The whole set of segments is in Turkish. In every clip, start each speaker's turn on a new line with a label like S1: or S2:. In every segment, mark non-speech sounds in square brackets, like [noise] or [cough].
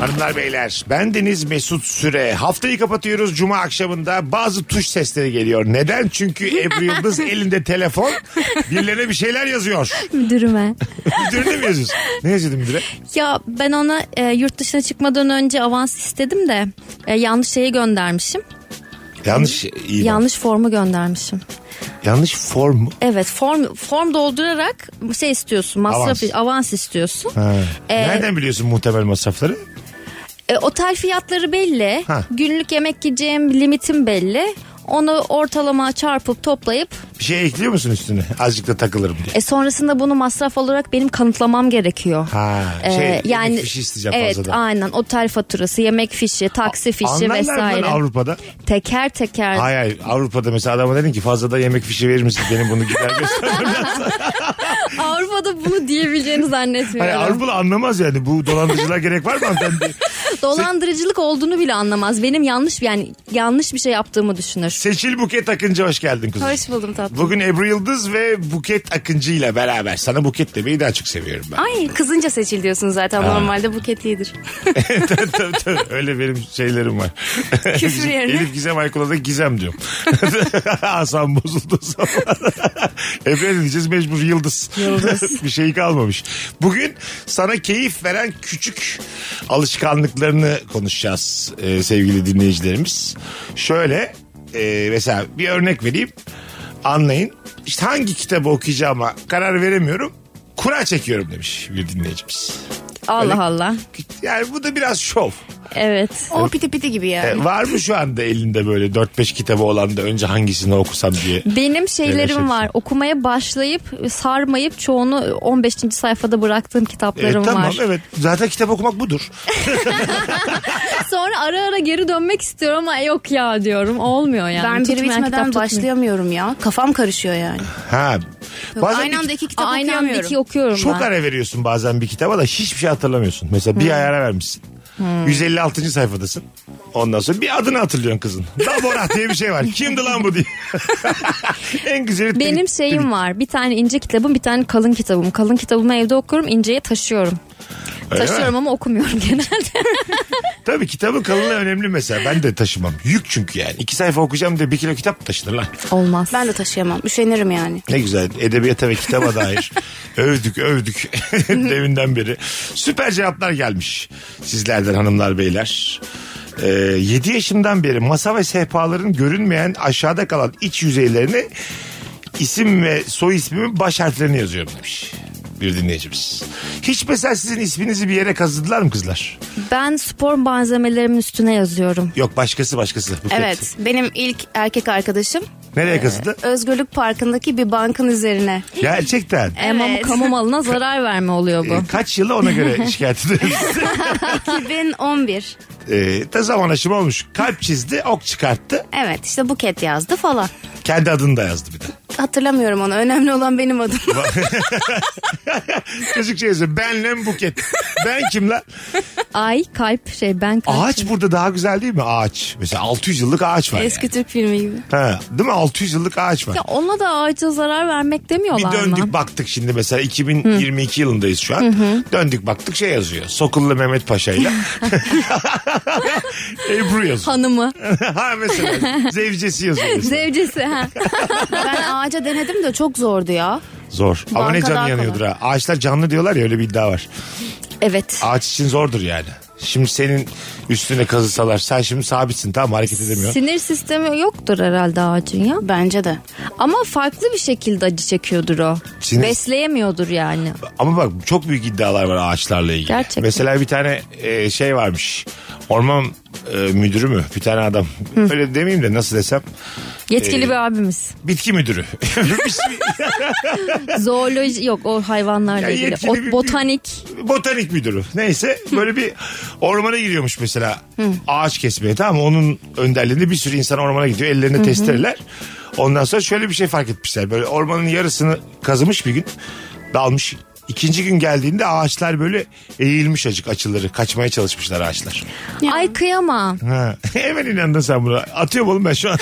S1: Hanımlar beyler ben Deniz Mesut Süre. Haftayı kapatıyoruz cuma akşamında bazı tuş sesleri geliyor. Neden? Çünkü Ebru
S2: [laughs]
S1: Yıldız elinde telefon birilerine bir şeyler yazıyor.
S2: Müdürüme.
S1: Müdürüne mi yazıyorsun? Ne yazıyordun müdüre?
S2: ya ben ona e, yurt dışına çıkmadan önce avans istedim de e, yanlış şeyi göndermişim.
S1: Yanlış şey, iyi bak.
S2: Yanlış formu göndermişim.
S1: Yanlış form mu?
S2: Evet form form doldurarak şey istiyorsun masraf
S1: Avans.
S2: avans, istiyorsun.
S1: Ha.
S2: Ee,
S1: Nereden biliyorsun muhtemel masrafları?
S2: E, otel fiyatları belli.
S1: Ha.
S2: Günlük yemek yiyeceğim limitim belli. Onu ortalama çarpıp toplayıp
S1: Bir şey ekliyor musun üstüne? Azıcık da takılırım diye.
S2: e, sonrasında bunu masraf olarak benim kanıtlamam gerekiyor.
S1: Ha,
S2: E,
S1: şey, yani, fişi isteyeceğim
S2: evet
S1: fazladan.
S2: aynen otel faturası, yemek fişi, taksi fişi
S1: Anlarlar mı lan
S2: vesaire.
S1: Avrupa'da?
S2: Teker teker
S1: Hayır hayır Avrupa'da mesela adama dedin ki fazladan yemek fişi verir misin? Benim bunu gider göstermem lazım.
S2: Avrupa'da bunu diyebileceğini
S1: Hayır,
S2: zannetmiyorum.
S1: Avrupalı Hani anlamaz yani. Bu dolandırıcılığa gerek var mı hanımefendi?
S2: Dolandırıcılık olduğunu bile anlamaz. Benim yanlış yani yanlış bir şey yaptığımı düşünür.
S1: Seçil Buket Akıncı hoş geldin kızım.
S2: Hoş buldum tatlım.
S1: Bugün Ebru Yıldız ve Buket Akıncı ile beraber. Sana Buket demeyi daha çok seviyorum ben.
S3: Ay kızınca seçil diyorsun zaten normalde buket iyidir.
S1: tabii, [laughs] tabii, tabii. Öyle benim şeylerim var. Bizim
S3: yerine.
S1: Elif Gizem Aykul'a da Gizem diyorum. [laughs] Hasan bozuldu [laughs] zaman. Efendim diyeceğiz mecbur Yıldız. Yıldız. [laughs] Bir şey kalmamış. Bugün sana keyif veren küçük alışkanlıklarını konuşacağız e, sevgili dinleyicilerimiz. Şöyle e, mesela bir örnek vereyim. Anlayın. İşte hangi kitabı okuyacağıma karar veremiyorum. Kura çekiyorum demiş bir dinleyicimiz.
S2: Allah Allah.
S1: Yani bu da biraz şov.
S2: Evet.
S3: O piti piti gibi yani.
S1: E, var mı şu anda elinde böyle 4-5 kitabı olan da önce hangisini okusam diye?
S2: Benim
S1: Neler
S2: şeylerim var. Okumaya başlayıp sarmayıp çoğunu 15. sayfada bıraktığım
S1: E,
S2: kitaplarım
S1: tamam
S2: var.
S1: evet. Zaten kitap okumak budur.
S2: Sonra ara ara geri dönmek istiyorum ama yok ya diyorum. Olmuyor yani.
S3: ben biri
S2: Tutmayan kitap
S3: bitmeden
S2: tutmuyor.
S3: başlayamıyorum ya. Kafam karışıyor yani.
S1: Ha. Bazen bir-
S3: Aynı anda iki kitap
S2: Aynı
S3: okuyamıyorum.
S2: anda iki okuyorum
S1: çok
S2: ben. Hmm.
S1: ara veriyorsun bazen bir kitaba da hiçbir şey hatırlamıyorsun. Mesela bir ay ara vermişsin. 156. sayfadasın. Ondan sonra bir adını hatırlıyorsun kızın. Daborah diye bir şey var. Kimdi lan bu diye. [laughs] en güzeli.
S2: Benim şeyim var. Bir tane ince kitabım, bir tane kalın kitabım. Kalın kitabımı evde okuyorum, inceye taşıyorum.
S1: Öyle mi?
S2: taşıyorum ama okumuyorum [laughs] genelde.
S1: Tabii kitabın kalınlığı önemli mesela. Ben de taşımam. Yük çünkü yani. İki sayfa okuyacağım diye bir kilo kitap mı taşınır lan.
S2: Olmaz.
S3: Ben de taşıyamam. Üşenirim yani.
S1: Ne güzel edebiyata ve kitaba dair övdük övdük [laughs] deminden beri. Süper cevaplar gelmiş sizlerden hanımlar beyler. Ee, 7 yaşımdan beri masa ve sehpaların görünmeyen aşağıda kalan iç yüzeylerine isim ve soy ismimin baş harflerini yazıyorum demiş bir dinleyicimiz. Hiç mesela sizin isminizi bir yere kazıdılar mı kızlar?
S2: Ben spor malzemelerimin üstüne yazıyorum.
S1: Yok başkası başkası. Buket.
S3: Evet benim ilk erkek arkadaşım
S1: Nereye kazıdı?
S3: Özgürlük Parkı'ndaki bir bankın üzerine.
S1: Gerçekten.
S2: Ama kamu
S3: [laughs]
S2: malına zarar verme oluyor bu.
S1: Ee, Kaç yılı ona göre şikayet ediyoruz.
S3: 2011.
S1: e, da zaman aşımı olmuş. Kalp çizdi, ok çıkarttı.
S3: [laughs] Evet işte buket yazdı falan.
S1: Kendi adını da yazdı bir de.
S3: Hatırlamıyorum onu. Önemli olan
S1: [laughs]
S3: benim adım.
S1: Çocuk şey yazıyor. Benle buket. Ben kim lan?
S2: Ay kalp şey ben kalp.
S1: Ağaç burada daha güzel değil mi? Ağaç. Mesela 600 yıllık ağaç var.
S3: Eski Türk filmi gibi.
S1: yani. Ha, değil mi? 600 yıllık ağaç var.
S2: Ya onunla da ağaca zarar vermek
S1: bir
S2: demiyorlar
S1: döndük
S2: mı?
S1: baktık şimdi mesela 2022 yılındayız şu an. Döndük baktık şey yazıyor. Sokullu Mehmet Paşa
S3: [laughs]
S1: ile [laughs] Ebru yazıyor. [laughs]
S2: Hanımı.
S1: ha mesela zevcesi
S3: [laughs]
S1: yazıyor. mesela.
S2: Zevcesi ha.
S3: Ben ağaca denedim de çok zordu ya.
S1: Zor. Ama ne
S3: Banka
S1: canı
S3: daha
S1: yanıyordur ha. Ağaçlar canlı diyorlar ya öyle bir iddia var.
S2: Evet.
S1: Ağaç için zordur yani. Şimdi senin üstüne kazısalar sen şimdi sabitsin tamam hareket edemiyorsun.
S2: Sinir sistemi yoktur herhalde ağacın ya.
S3: Bence de.
S2: Ama farklı bir şekilde acı çekiyordur o.
S1: Sinir-
S2: Besleyemiyordur yani.
S1: Ama bak çok büyük iddialar var ağaçlarla ilgili.
S2: Gerçekten.
S1: Mesela bir tane e, şey varmış. Orman e, müdürü mü? Bir tane adam. Öyle demeyeyim de nasıl desem.
S2: Yetkili
S1: Ee,
S2: bir abimiz.
S1: Bitki müdürü. [laughs] Bir şey-
S2: Zooloji yok o hayvanlarla
S1: Ya
S2: ilgili.
S1: yetkili
S2: O-
S1: bir- bir-
S2: botanik.
S1: botanik müdürü. Neyse böyle bir ormana giriyormuş mesela ağaç kesmeye tamam mı? Onun önderliğinde bir sürü insan ormana gidiyor. Ellerinde testereler. Ondan sonra şöyle bir şey fark etmişler. Böyle ormanın yarısını kazımış bir gün dalmış İkinci gün geldiğinde ağaçlar böyle eğilmiş acık açıları. Kaçmaya çalışmışlar ağaçlar.
S2: Ay kıyamam.
S1: Ha. [laughs] Hemen inandın sen buna. Atıyorum oğlum ben şu an.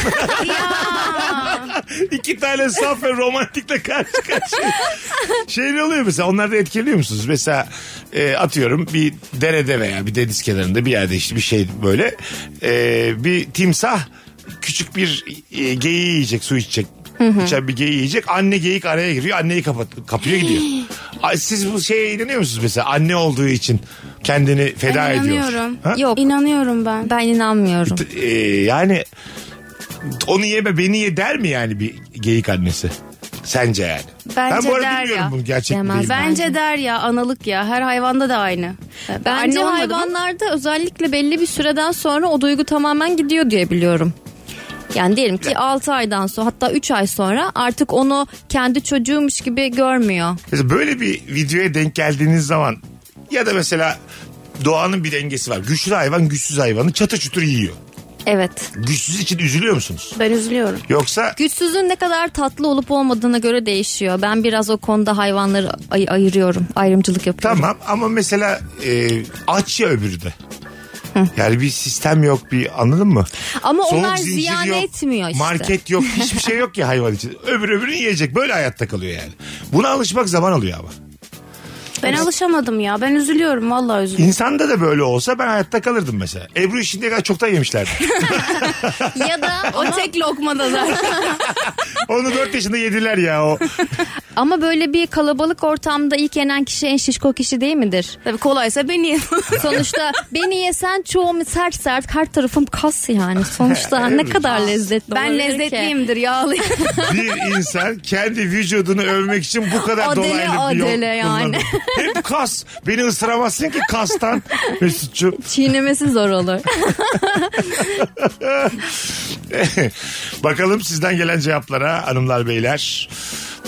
S1: [laughs] İki tane saf ve romantikle karşı karşıya. Şey ne oluyor mesela onlarda etkileniyor musunuz? Mesela e, atıyorum bir derede veya bir deniz kenarında bir yerde işte bir şey böyle. E, bir timsah küçük bir e, geyiği yiyecek su içecek. İçen bir geyiği yiyecek. Anne geyik araya giriyor. Anneyi kapat kapıyor gidiyor. Ay, Siz bu şeye inanıyor musunuz mesela? Anne olduğu için kendini feda
S3: Ben
S1: ediyor.
S3: inanıyorum.
S1: Ha?
S2: Yok.
S3: İnanıyorum ben.
S2: Ben inanmıyorum.
S1: Ee, yani onu yeme beni ye der mi yani bir geyik annesi? Sence yani. ben
S3: Bence
S1: bu arada
S3: der
S1: bilmiyorum
S3: ya.
S1: bunu gerçek mi
S2: Demez.
S1: değil mi?
S3: Bence der ya analık ya. Her hayvanda da aynı.
S2: Bence
S3: Anne olmadı mı?
S2: hayvanlarda özellikle belli bir süreden sonra o duygu tamamen gidiyor diye biliyorum. Yani diyelim ki 6 aydan sonra hatta 3 ay sonra artık onu kendi çocuğumuş gibi görmüyor.
S1: Mesela böyle bir videoya denk geldiğiniz zaman ya da mesela doğanın bir dengesi var. Güçlü hayvan güçsüz hayvanı çatı çutur yiyor.
S2: Evet.
S1: Güçsüz için üzülüyor musunuz?
S3: Ben üzülüyorum.
S1: Yoksa
S2: Güçsüzün ne kadar tatlı olup olmadığına göre değişiyor. Ben biraz o konuda hayvanları ay- ayırıyorum. Ayrımcılık yapıyorum.
S1: tamam ama mesela e, aç ya öbürü de. Yani bir sistem yok bir anladın mı?
S2: Ama
S1: Soğuk
S2: onlar
S1: zincir
S2: ziyan
S1: yok,
S2: etmiyor işte.
S1: Market yok hiçbir şey yok ya hayvan
S2: [laughs]
S1: için. Öbür öbürünü yiyecek böyle hayatta kalıyor yani. Buna alışmak zaman alıyor ama.
S3: Ben alışamadım ya. Ben üzülüyorum. Vallahi üzülüyorum.
S1: İnsanda da böyle olsa ben hayatta kalırdım mesela. Ebru işinde kadar çoktan
S2: [laughs]
S1: yemişlerdi. [laughs]
S2: ya da
S3: [laughs] O tek lokmada zaten.
S1: Onu 4 yaşında yediler ya o.
S2: ama böyle bir kalabalık ortamda ilk yenen kişi en şişko kişi
S1: [laughs]
S2: değil midir?
S3: Tabii kolaysa beni [laughs] ye.
S2: Sonuçta beni yesen çoğum sert sert her tarafım kas yani. Sonuçta ne kadar lezzetli
S3: ben
S2: olabilir ki?
S3: lezzetliyimdir yağlıyım.
S1: Bir insan kendi vücudunu övmek için bu kadar
S2: Adele,
S1: dolaylı bir yol
S2: adele yani.
S1: kullanır. Hep kas. Beni ısıramazsın ki kastan Mesut'cu.
S2: Çiğnemesi zor olur.
S1: [laughs] Bakalım sizden gelen cevaplara hanımlar beyler.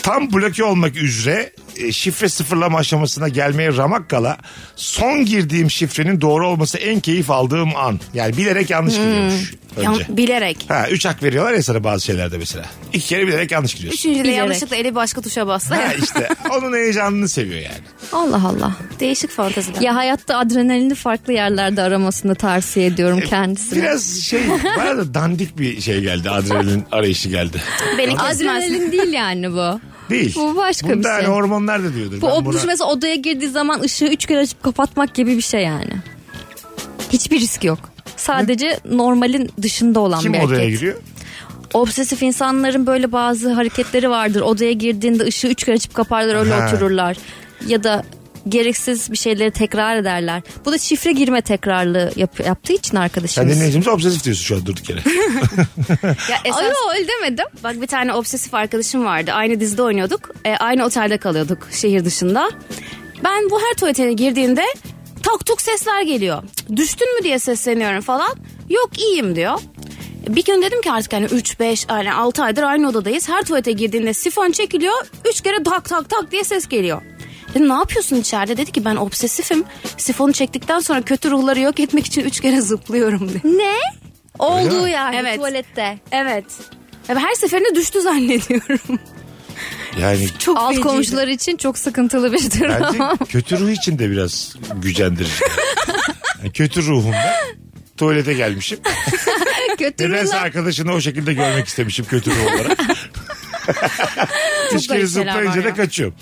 S1: Tam bloke olmak üzere e, şifre sıfırlama aşamasına gelmeye ramak kala son girdiğim şifrenin doğru olması en keyif aldığım an. Yani bilerek yanlış
S2: Hmm.
S1: giriyormuş önce.
S3: Bilerek.
S1: Ha, üç hak veriyorlar ya sana bazı şeylerde mesela. İki kere bilerek yanlış giriyorsun.
S3: Üçüncü de
S2: Bilerek.
S3: yanlışlıkla eli başka tuşa bastı.
S1: Ha işte onun heyecanını seviyor
S2: [laughs]
S1: yani.
S2: [laughs] Allah Allah.
S3: Değişik fanteziler.
S2: Ya hayatta adrenalini farklı yerlerde aramasını tavsiye
S1: E,
S2: ediyorum kendisine.
S1: Biraz şey bana da dandik bir şey geldi adrenalin arayışı geldi.
S3: beni
S1: [laughs]
S3: kesmez.
S2: Adrenalin değil yani bu.
S1: Değil.
S2: Bu başka
S1: Bunda
S2: bir
S1: hani
S2: şey.
S1: hormonlar da diyordur.
S2: Bu
S1: Ben
S2: o
S1: buna-
S2: mesela odaya girdiği zaman ışığı üç kere açıp kapatmak gibi bir şey yani. Hiçbir risk yok. Sadece normalin dışında olan
S1: Kim
S2: bir
S1: odaya
S2: hareket.
S1: giriyor?
S2: Obsesif insanların böyle bazı hareketleri vardır. Odaya girdiğinde ışığı üç kere açıp kaparlar öyle
S1: Ha.
S2: otururlar. Ya da gereksiz bir şeyleri tekrar ederler. Bu da şifre girme tekrarlı yap- yaptığı için
S1: Sen
S2: arkadaşımız.
S1: dinleyicimize obsesif diyorsun şu an durduk
S3: [laughs]
S1: yere.
S3: Ya esas-
S2: Ay yok, öyle demedim.
S3: Bak bir tane obsesif arkadaşım vardı. Aynı dizide oynuyorduk. E, aynı otelde kalıyorduk şehir dışında. Ben bu her tuvaletine girdiğimde tak tuk sesler geliyor. Cık, Düştün mü diye sesleniyorum falan. Yok iyiyim diyor. Bir gün dedim ki artık hani 3 5 hani 6 aydır aynı odadayız. Her tuvalete girdiğinde sifon çekiliyor. 3 kere tak tak tak diye ses geliyor. Dedim ne yapıyorsun içeride? Dedi ki ben obsesifim. Sifonu çektikten sonra kötü ruhları yok etmek için 3 kere zıplıyorum dedi.
S2: Ne? Olduğu
S1: mi?
S2: yani
S3: Evet.
S2: tuvalette.
S3: Evet. Ya ben Her seferinde düştü
S2: [laughs]
S3: zannediyorum.
S1: Yani
S3: Çok
S2: Alt
S3: feciydi.
S2: komşular için çok sıkıntılı bir durum.
S1: Bence kötü ruh için de biraz gücendirici. Yani kötü ruhumda tuvalete
S3: [laughs]
S1: gelmişim.
S2: Kötü
S1: Nedense
S2: ruhlar.
S1: arkadaşını o şekilde görmek istemişim kötü ruh
S3: [laughs]
S1: olarak. Üç kere
S3: garip şeyler
S1: zıplayınca
S3: var
S1: da
S3: ya. [laughs]
S1: kaçıyorum.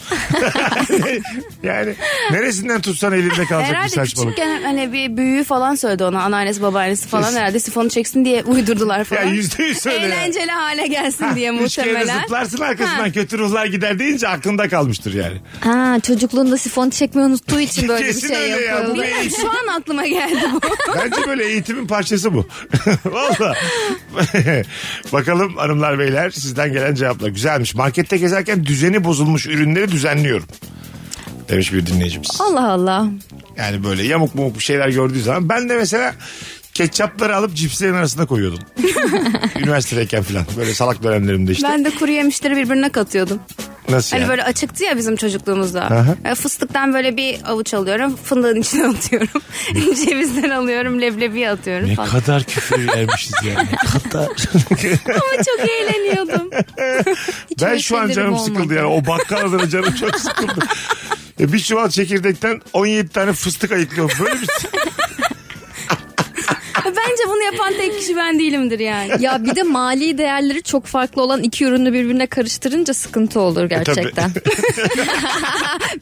S1: yani neresinden tutsan elinde kalacak bir
S3: Herhalde
S1: saçmalık.
S3: küçükken hani bir büyüğü falan söyledi ona anneannesi babaannesi falan
S1: Kesin.
S3: herhalde sifonu çeksin diye uydurdular
S1: Ya
S3: falan.
S1: yüzde yüz öyle. ya.
S3: Eğlenceli hale gelsin
S1: [laughs]
S3: diye
S1: Üç kere de
S3: muhtemelen.
S1: zıplarsın arkasından kötü ruhlar gider deyince aklında kalmıştır yani.
S2: [laughs] Ha, çocukluğunda sifonu çekmeyi unuttuğu için böyle
S1: Kesin
S2: bir şey
S1: öyle ya, bu
S2: yapıyor.
S1: bir-
S3: Bilmiyorum, [laughs] Şu an aklıma geldi bu.
S1: Bence böyle eğitimin parçası bu. [laughs] Valla. [laughs] Bakalım hanımlar beyler sizden gelen cevaplar. Güzelmiş. Markette gezerken düzeni bozulmuş ürünleri düzenliyorum. Demiş bir dinleyicimiz.
S2: [laughs] Allah Allah.
S1: Yani böyle yamuk mumuk bir şeyler gördüğü zaman. Ben de mesela ketçapları alıp cipslerin arasına
S3: [laughs]
S1: koyuyordum. Üniversitedeyken falan. Böyle salak dönemlerimde işte.
S3: Ben de kuru yemişleri birbirine katıyordum.
S1: Nasıl
S3: Hani
S1: yani?
S3: böyle açıktı ya bizim çocukluğumuzda.
S1: Aha.
S3: Yani fıstıktan böyle bir avuç alıyorum. Fındığın içine [laughs] atıyorum. [laughs] Cevizden alıyorum. Leblebiye atıyorum
S1: Ne
S3: falan.
S1: kadar küfür yermişiz yani.
S3: Ama
S1: [laughs]
S3: çok eğleniyordum.
S1: ben şu an
S2: öyle
S1: canım
S2: sindirim [laughs]
S1: sıkıldı yani. O bakkal adına canım çok sıkıldı. E, bir çuval çekirdekten 17 tane fıstık ayıklıyor. Böyle
S2: [laughs]
S1: bir
S3: Bence bunu yapan tek kişi ben değilimdir yani.
S2: Ya bir de mali değerleri çok farklı olan iki ürünü birbirine karıştırınca sıkıntı olur [laughs] gerçekten.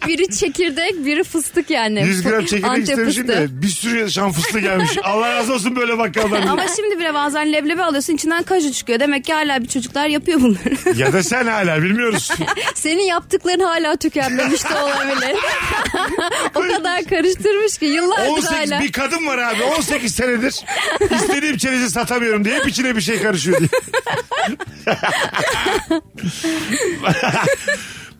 S2: biri çekirdek, biri fıstık yani.
S1: 100 gram çekirdek
S2: Antep
S1: istemişim
S2: fıstığı.
S1: de bir sürü şan fıstığı
S2: [laughs]
S1: gelmiş. Allah razı olsun böyle bakkaldan.
S3: Ama şimdi bile bazen leblebi alıyorsun içinden kaju çıkıyor. Demek ki hala bir çocuklar yapıyor bunları.
S1: ya da sen hala bilmiyoruz.
S2: [laughs] Senin yaptıkların hala tükenmemiş de olabilir. [laughs] o kadar karıştırmış ki yıllardır
S1: 18
S2: hala.
S1: bir kadın var abi 18 senedir istediğim çerezi satamıyorum diye hep içine bir şey karışıyor diye. [laughs]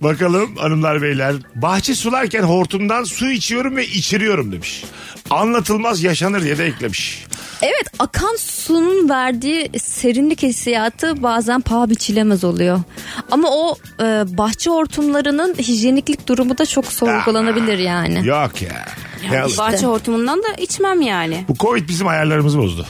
S1: Bakalım hanımlar beyler. Bahçe sularken hortumdan su içiyorum ve içiriyorum demiş. Anlatılmaz yaşanır diye de eklemiş.
S2: Evet akan sunun verdiği serinlik hissiyatı bazen paha biçilemez oluyor. Ama o e, bahçe hortumlarının hijyeniklik durumu da çok sorgulanabilir yani.
S1: Yok ya. Ne alın.
S3: Bahçe hortumundan da içmem yani.
S1: Bu Covid bizim ayarlarımızı bozdu.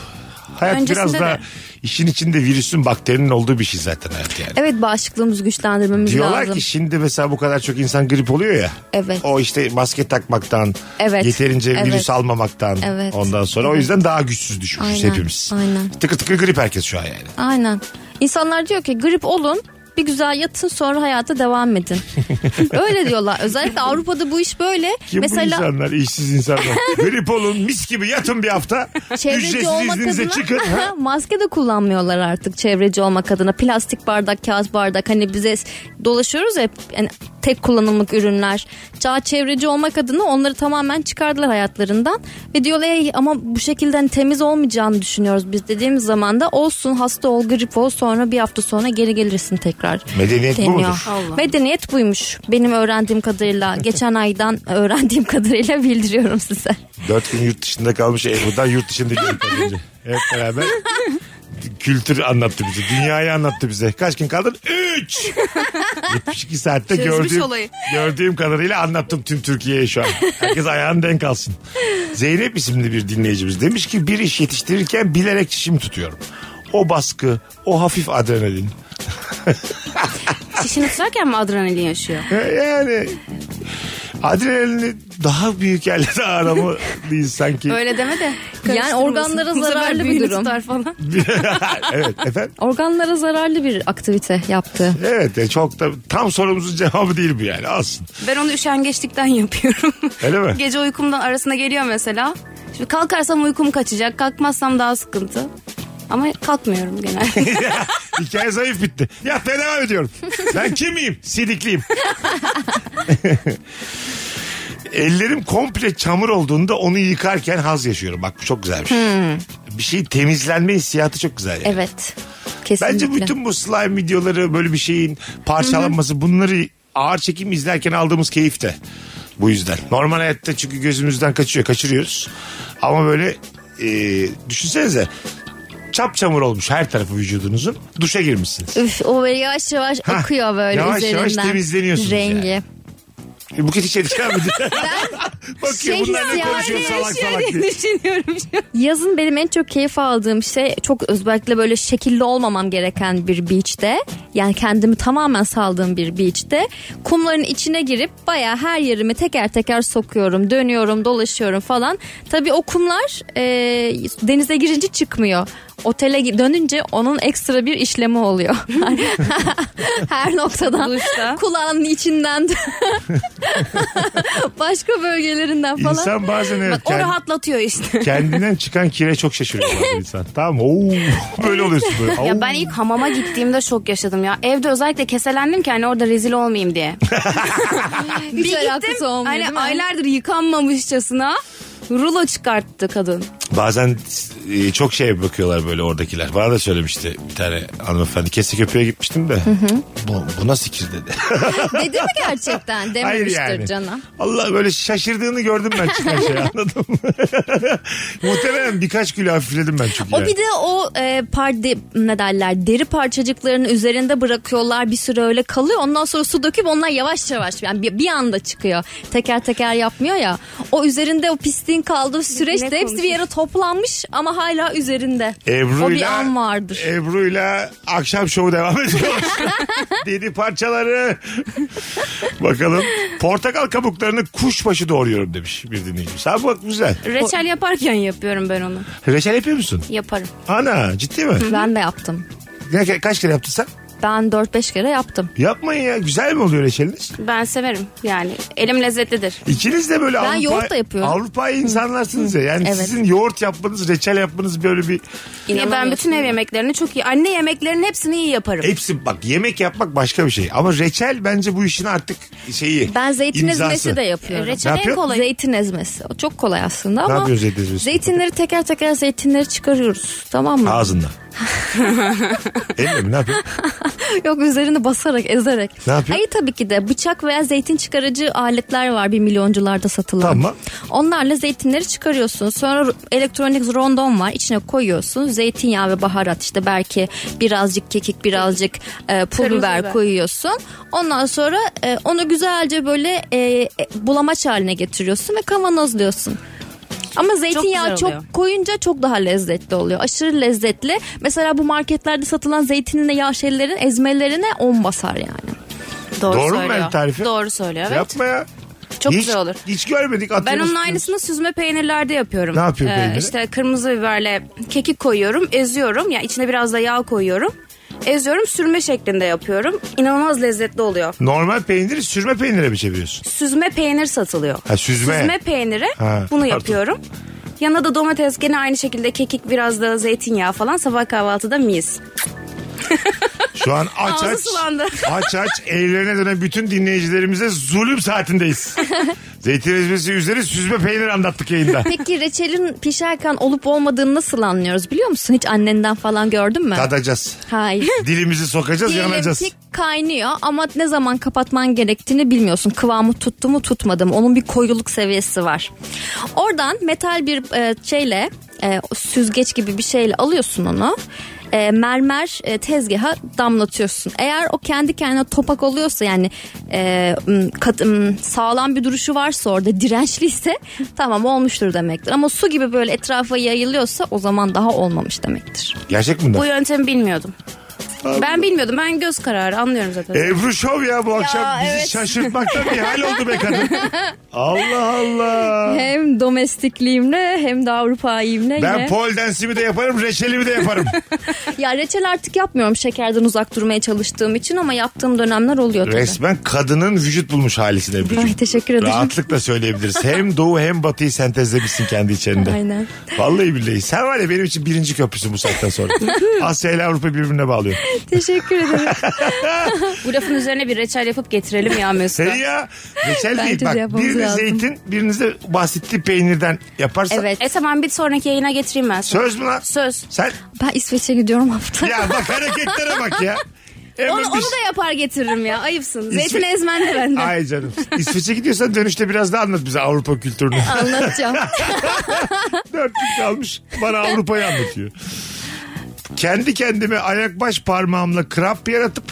S1: Hayat
S3: Öncesinde
S1: biraz daha
S3: de.
S1: işin içinde virüsün bakterinin olduğu bir şey zaten hayat yani.
S2: Evet bağışıklığımızı güçlendirmemiz
S1: Diyorlar
S2: lazım.
S1: ki şimdi mesela bu kadar çok insan grip oluyor ya.
S2: Evet.
S1: O işte maske takmaktan,
S2: Evet.
S1: yeterince
S2: Evet.
S1: virüs almamaktan
S2: Evet.
S1: ondan sonra o yüzden daha güçsüz düşmüşüz
S2: Aynen,
S1: hepimiz.
S2: aynen.
S1: Tıkır tıkır grip herkes şu an yani.
S2: Aynen. İnsanlar diyor ki grip olun bir güzel yatın sonra hayata
S1: [laughs]
S2: devam edin. Öyle diyorlar. Özellikle Avrupa'da bu iş böyle.
S1: Kim bu
S2: Mesela
S1: insanlar? işsiz
S2: [laughs]
S1: insanlar. grip olun mis gibi yatın bir hafta.
S2: çevreci
S1: ücretsiz
S2: olmak
S1: izninize
S2: adına [laughs]
S1: çıkın. Ha?
S2: maske de kullanmıyorlar artık çevreci olmak adına. Plastik bardak, kağıt bardak hani bize dolaşıyoruz hep yani tek kullanımlık ürünler. Çağ çevreci olmak adına onları tamamen çıkardılar hayatlarından. Ve diyorlar "Ey, ama bu şekilde hani temiz olmayacağını düşünüyoruz biz dediğimiz zaman da olsun hasta ol grip ol sonra bir hafta sonra geri gelirsin tekrar.
S1: Medeniyet bu mudur?
S3: Allah.
S2: Medeniyet buymuş benim
S1: [laughs]
S2: öğrendiğim kadarıyla geçen aydan öğrendiğim kadarıyla bildiriyorum size.
S1: Dört gün yurt dışında kalmış Ebru'dan yurt dışında gidiyor. [laughs] Hep beraber kültür anlattı bize. Dünyayı anlattı bize. Kaç gün kaldın? Üç! 72 saatte
S3: Çözmüş
S1: gördüğüm,
S3: olayı.
S1: gördüğüm kadarıyla anlattım tüm Türkiye'ye şu an. Herkes ayağını denk alsın. Zeynep isimli bir dinleyicimiz demiş ki bir iş yetiştirirken bilerek çişimi tutuyorum. O baskı, o hafif adrenalin.
S3: Şişini tutarken mi adrenalin yaşıyor?
S1: E, Yani adrenalini daha büyük [laughs] yerlerde aramalıydın sanki.
S3: Öyle deme de. karıştırmasın.
S2: organlara
S3: Bu sefer
S2: zararlı bir
S3: büyüğünü
S2: durum.
S3: tutar falan.
S1: [laughs] evet efendim.
S2: Organlara zararlı bir aktivite yaptı.
S1: Evet e, çok da tam sorumuzun cevabı değil bu yani aslında.
S3: Ben onu üşengeçlikten [laughs] yapıyorum.
S1: Öyle mi?
S3: Gece uykumdan arasına geliyor mesela. Şimdi kalkarsam uykum kaçacak. Kalkmazsam daha sıkıntı. Ama kalkmıyorum
S1: [laughs]
S3: genelde.
S1: Hikaye zayıf bitti. Yatmaya devam ediyorum. Ben kim miyim? Sidikliyim. [laughs] Ellerim komple çamur olduğunda onu yıkarken haz yaşıyorum. Bak bu çok güzel bir şey. Bir şey temizlenme hissiyatı çok güzel yani.
S2: Evet. Kesinlikle.
S1: Bence bütün bu slime videoları böyle bir şeyin parçalanması bunları ağır çekim izlerken aldığımız keyif de bu yüzden. Normal hayatta çünkü gözümüzden kaçıyor kaçırıyoruz. Ama böyle e, düşünsenize çap çamur olmuş her tarafı vücudunuzun duşa girmişsiniz.
S2: Üf, o böyle yavaş yavaş
S1: Hah,
S2: akıyor böyle
S1: yavaş
S2: üzerinden.
S1: yavaş temizleniyorsunuz
S2: Rengi.
S1: yani. E, Buket hiç
S2: [laughs]
S1: etkilenmedi. [laughs] Bakıyor
S2: şey
S1: bunlar ne
S2: hissiyatı
S1: konuşuyor salak salak diye.
S3: Düşünüyorum şu an.
S2: Yazın benim en çok keyif aldığım şey çok özellikle böyle şekilli olmamam gereken bir beach'te yani kendimi tamamen saldığım bir beach'te kumların içine girip baya her yerimi teker teker sokuyorum dönüyorum dolaşıyorum falan. Tabii o kumlar e, denize girince çıkmıyor. Otele gi- dönünce onun ekstra bir
S1: [laughs]
S2: işlemi oluyor. her noktadan
S3: Duşta.
S1: [laughs]
S2: kulağının içinden başka bölgelerinden falan.
S1: İnsan bazen evet,
S3: Bak o
S1: kend-
S3: rahatlatıyor işte.
S1: kendinden çıkan kire çok şaşırıyor bazen insan. Tamam mı? Oo, [laughs] böyle oluyorsun böyle. Oo.
S3: Ya ben ilk hamama gittiğimde şok yaşadım ya. Evde özellikle keselendim ki hani orada rezil olmayayım diye.
S2: Hiç alakası olmuyor değil
S3: hani
S2: mi?
S3: aylardır yıkanmamışçasına rulo çıkarttı kadın.
S1: Bazen e, çok şey bakıyorlar böyle oradakiler. Bana da söylemişti bir tane hanımefendi. Kese köpeğe gitmiştim de. Bu, bu nasıl kir dedi.
S2: Dedi mi gerçekten?
S1: Hayır
S2: [laughs] Dememiştir
S1: yani.
S2: canım.
S1: Allah böyle şaşırdığını gördüm ben çıkan
S2: [laughs]
S1: şey anladım. [laughs] Muhtemelen birkaç kilo hafifledim ben çünkü.
S2: O
S1: yani.
S2: bir de o e, pardi ne derler deri parçacıklarının üzerinde bırakıyorlar bir süre öyle kalıyor. Ondan sonra su döküp onlar yavaş yavaş yani bir, bir anda çıkıyor. Teker teker yapmıyor ya. O üzerinde o pisliğin kaldığı süreçte hepsi bir yere toplanmış ama ama hala üzerinde.
S1: Ebru'yla,
S2: o bir an vardır.
S1: Ebru'yla akşam şovu devam
S2: [laughs]
S1: ediyor. Dedi parçaları. Bakalım. Portakal kabuklarını kuşbaşı doğruyorum demiş bir dinleyicimiz. Abi bak güzel.
S3: Reçel yaparken yapıyorum ben onu.
S1: Reçel yapıyor musun?
S3: Yaparım.
S1: Ana ciddi mi?
S2: ben de yaptım.
S1: Ne, ka- kaç kere yaptın sen?
S2: Ben 4-5 kere yaptım.
S1: Yapmayın ya. Güzel mi oluyor reçeliniz?
S3: Ben severim yani. Elim lezzetlidir.
S1: İkiniz de böyle Avrupa,
S2: yoğurt da yapıyorum.
S1: Avrupa insanlarsınız ya. Yani
S2: Evet.
S1: sizin yoğurt yapmanız, reçel yapmanız böyle bir...
S3: Niye ben bütün ev yemeklerini çok iyi. Anne yemeklerinin hepsini iyi yaparım.
S1: Hepsi bak yemek yapmak başka bir şey. Ama reçel bence bu işin artık şeyi.
S2: Ben zeytin ezmesi
S1: imzası.
S2: de yapıyorum.
S3: Reçel
S1: Ne yapıyor?
S3: en kolay.
S2: Zeytin ezmesi. O Çok kolay aslında ama.
S1: yapıyor zeytin ezmesi?
S2: Zeytinleri teker teker zeytinleri çıkarıyoruz. Tamam mı? [laughs]
S1: Ağzından. Elle mi ne yapıyor?
S2: [laughs] Yok üzerine basarak ezerek.
S1: Ne yapıyor?
S2: Hayır tabii ki de bıçak veya zeytin çıkarıcı aletler var bir milyoncularda satılan.
S1: Tamam.
S2: Onlarla zeytinleri çıkarıyorsun. Sonra elektronik rondon var içine koyuyorsun. Zeytinyağı ve baharat işte belki birazcık kekik birazcık e, pul
S3: Kırmızı
S2: biber
S3: biber.
S2: koyuyorsun. Ondan sonra e, onu güzelce böyle e, e, bulamaç haline getiriyorsun ve kavanozluyorsun. Ama zeytinyağı
S3: güzel
S2: çok,
S3: oluyor.
S2: koyunca çok daha lezzetli oluyor. Aşırı lezzetli. Mesela bu marketlerde satılan zeytinle yağ şeylerin ezmelerine 10 basar yani.
S3: Doğru,
S1: E, Doğru mu
S3: söylüyor.
S1: benim tarifim?
S3: Doğru söylüyor evet.
S1: Yapma ya.
S3: Çok
S1: hiç,
S3: güzel olur.
S1: Hiç görmedik.
S3: Ben
S1: atıyoruz.
S3: onun aynısını süzme peynirlerde yapıyorum.
S1: Ne yapıyor peyniri?
S3: İşte kırmızı biberle kekik koyuyorum, eziyorum. Yani içine biraz da yağ koyuyorum. Eziyorum, sürme şeklinde yapıyorum. İnanılmaz lezzetli oluyor.
S1: Normal peyniri sürme peynire mi çeviriyorsun?
S3: Süzme peynir satılıyor.
S1: Ha, süzme.
S3: peyniri.
S1: Ha,
S3: bunu
S1: pardon.
S3: yapıyorum. Yanına da domates gene aynı şekilde kekik biraz da zeytinyağı falan sabah kahvaltıda mis.
S1: Şu an aç
S3: Ağzı
S1: aç.
S3: sulandı.
S1: Aç aç evlerine dönen bütün dinleyicilerimize zulüm
S2: [laughs]
S1: saatindeyiz. Zeytin ezmesi üzeri süzme peynir anlattık yayında.
S2: Peki reçelin pişerken olup olmadığını nasıl anlıyoruz biliyor musun? Hiç annenden falan gördün mü?
S1: Tadacağız.
S2: Hayır.
S1: Dilimizi sokacağız
S2: Diyelim
S1: yanacağız.
S2: ki kaynıyor ama ne zaman kapatman gerektiğini bilmiyorsun. Kıvamı tuttu mu tutmadı mı? Onun bir koyuluk seviyesi var. Oradan metal bir e, şeyle e, süzgeç gibi bir şeyle alıyorsun onu. E, mermer e, tezgaha damlatıyorsun. Eğer o kendi kendine topak oluyorsa yani e, m, kat- m, sağlam bir duruşu varsa orada dirençliyse [laughs] tamam olmuştur demektir. Ama su gibi böyle etrafa yayılıyorsa o zaman daha olmamış demektir.
S1: Gerçek mi
S3: Bu
S1: bunlar?
S3: yöntemi bilmiyordum. Ben bilmiyordum. Ben göz kararı anlıyorum zaten.
S1: Ebru Şov ya bu akşam bizi
S2: evet.
S1: şaşırtmaktan bir hal oldu be kadın.
S2: [laughs]
S1: Allah Allah.
S2: Hem domestikliğimle hem de Avrupa'yimle
S1: Ben
S2: yine.
S1: pole dance'imi de yaparım, reçelimi de
S2: [laughs]
S1: yaparım.
S2: ya reçel artık yapmıyorum şekerden uzak durmaya çalıştığım için ama yaptığım dönemler oluyor tabii.
S1: Resmen kadının vücut bulmuş halisine Ebru'cum.
S2: Ay, teşekkür ederim.
S1: Rahatlıkla söyleyebiliriz. Hem doğu hem batıyı sentezlemişsin kendi içinde.
S2: Aynen.
S1: Vallahi billahi. Sen var ya benim için birinci köprüsün bu saatten sonra.
S2: [laughs]
S1: Asya ile Avrupa birbirine bağlıyor.
S2: Teşekkür ederim.
S3: Bu lafın üzerine bir reçel yapıp getirelim ya Mesut'a.
S1: Hey ya. Reçel değil.
S2: Bence de
S1: Bak
S2: yapmamız
S1: biriniz
S2: lazım.
S1: zeytin, biriniz de bahsettiği peynirden yaparsa.
S2: Evet.
S3: E tamam bir sonraki yayına getireyim ben sana.
S1: Söz mü lan?
S3: Söz.
S1: Sen
S2: Ben İsveç'e gidiyorum hafta.
S1: ya
S2: [laughs]
S1: bak hareketlere bak ya. Hemen
S3: Onu,
S1: bir-
S3: onu da yapar getiririm ya. Ayıpsın. Zeytin
S1: İsmi-
S3: ezmen
S1: [laughs]
S3: de bende.
S1: Ay canım. İsveç'e gidiyorsan dönüşte biraz daha anlat bize Avrupa kültürünü.
S2: [laughs] Anlatacağım.
S1: [laughs] Dört gün kalmış. Bana Avrupa'yı anlatıyor. Kendi kendime ayak baş parmağımla kramp yaratıp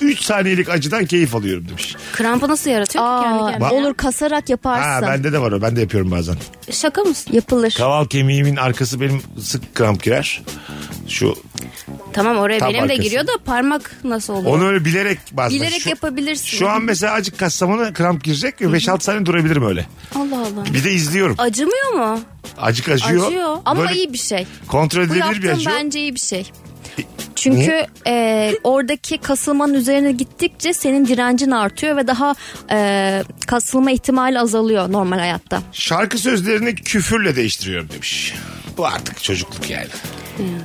S1: 3 saniyelik acıdan keyif alıyorum demiş.
S3: Krampı nasıl yaratıyor ki kendi
S2: Aa,
S3: kendine?
S1: Bak-
S2: olur kasarak
S1: Ha
S2: yaparsan.
S1: bende de var o. Ben de yapıyorum bazen.
S3: Şaka mısın?
S2: Yapılır.
S1: Kaval kemiğimin arkası benim sık kramp girer. Şu
S3: Tamam oraya
S1: Tam
S3: benim
S1: arkası.
S3: de giriyor da parmak nasıl oluyor?
S1: onu öyle bilerek bazen.
S2: Bilerek
S1: şu,
S2: yapabilirsin.
S1: Şu an mesela acık kassam ona kramp girecek ve 5-6 saniye durabilirim öyle.
S3: Allah Allah.
S1: Bir de izliyorum.
S3: Acımıyor mu?
S1: Acık acıyor.
S3: Acıyor.
S2: Ama
S1: Böyle
S2: iyi bir şey.
S1: Kontrol
S2: Bu
S1: edilebilir bir
S2: yaptığım
S1: acıyor.
S2: bence iyi bir şey. Çünkü e, oradaki kasılmanın üzerine gittikçe senin direncin artıyor ve daha e, kasılma ihtimali azalıyor normal hayatta.
S1: Şarkı sözlerini küfürle değiştiriyorum demiş. Bu artık çocukluk yani.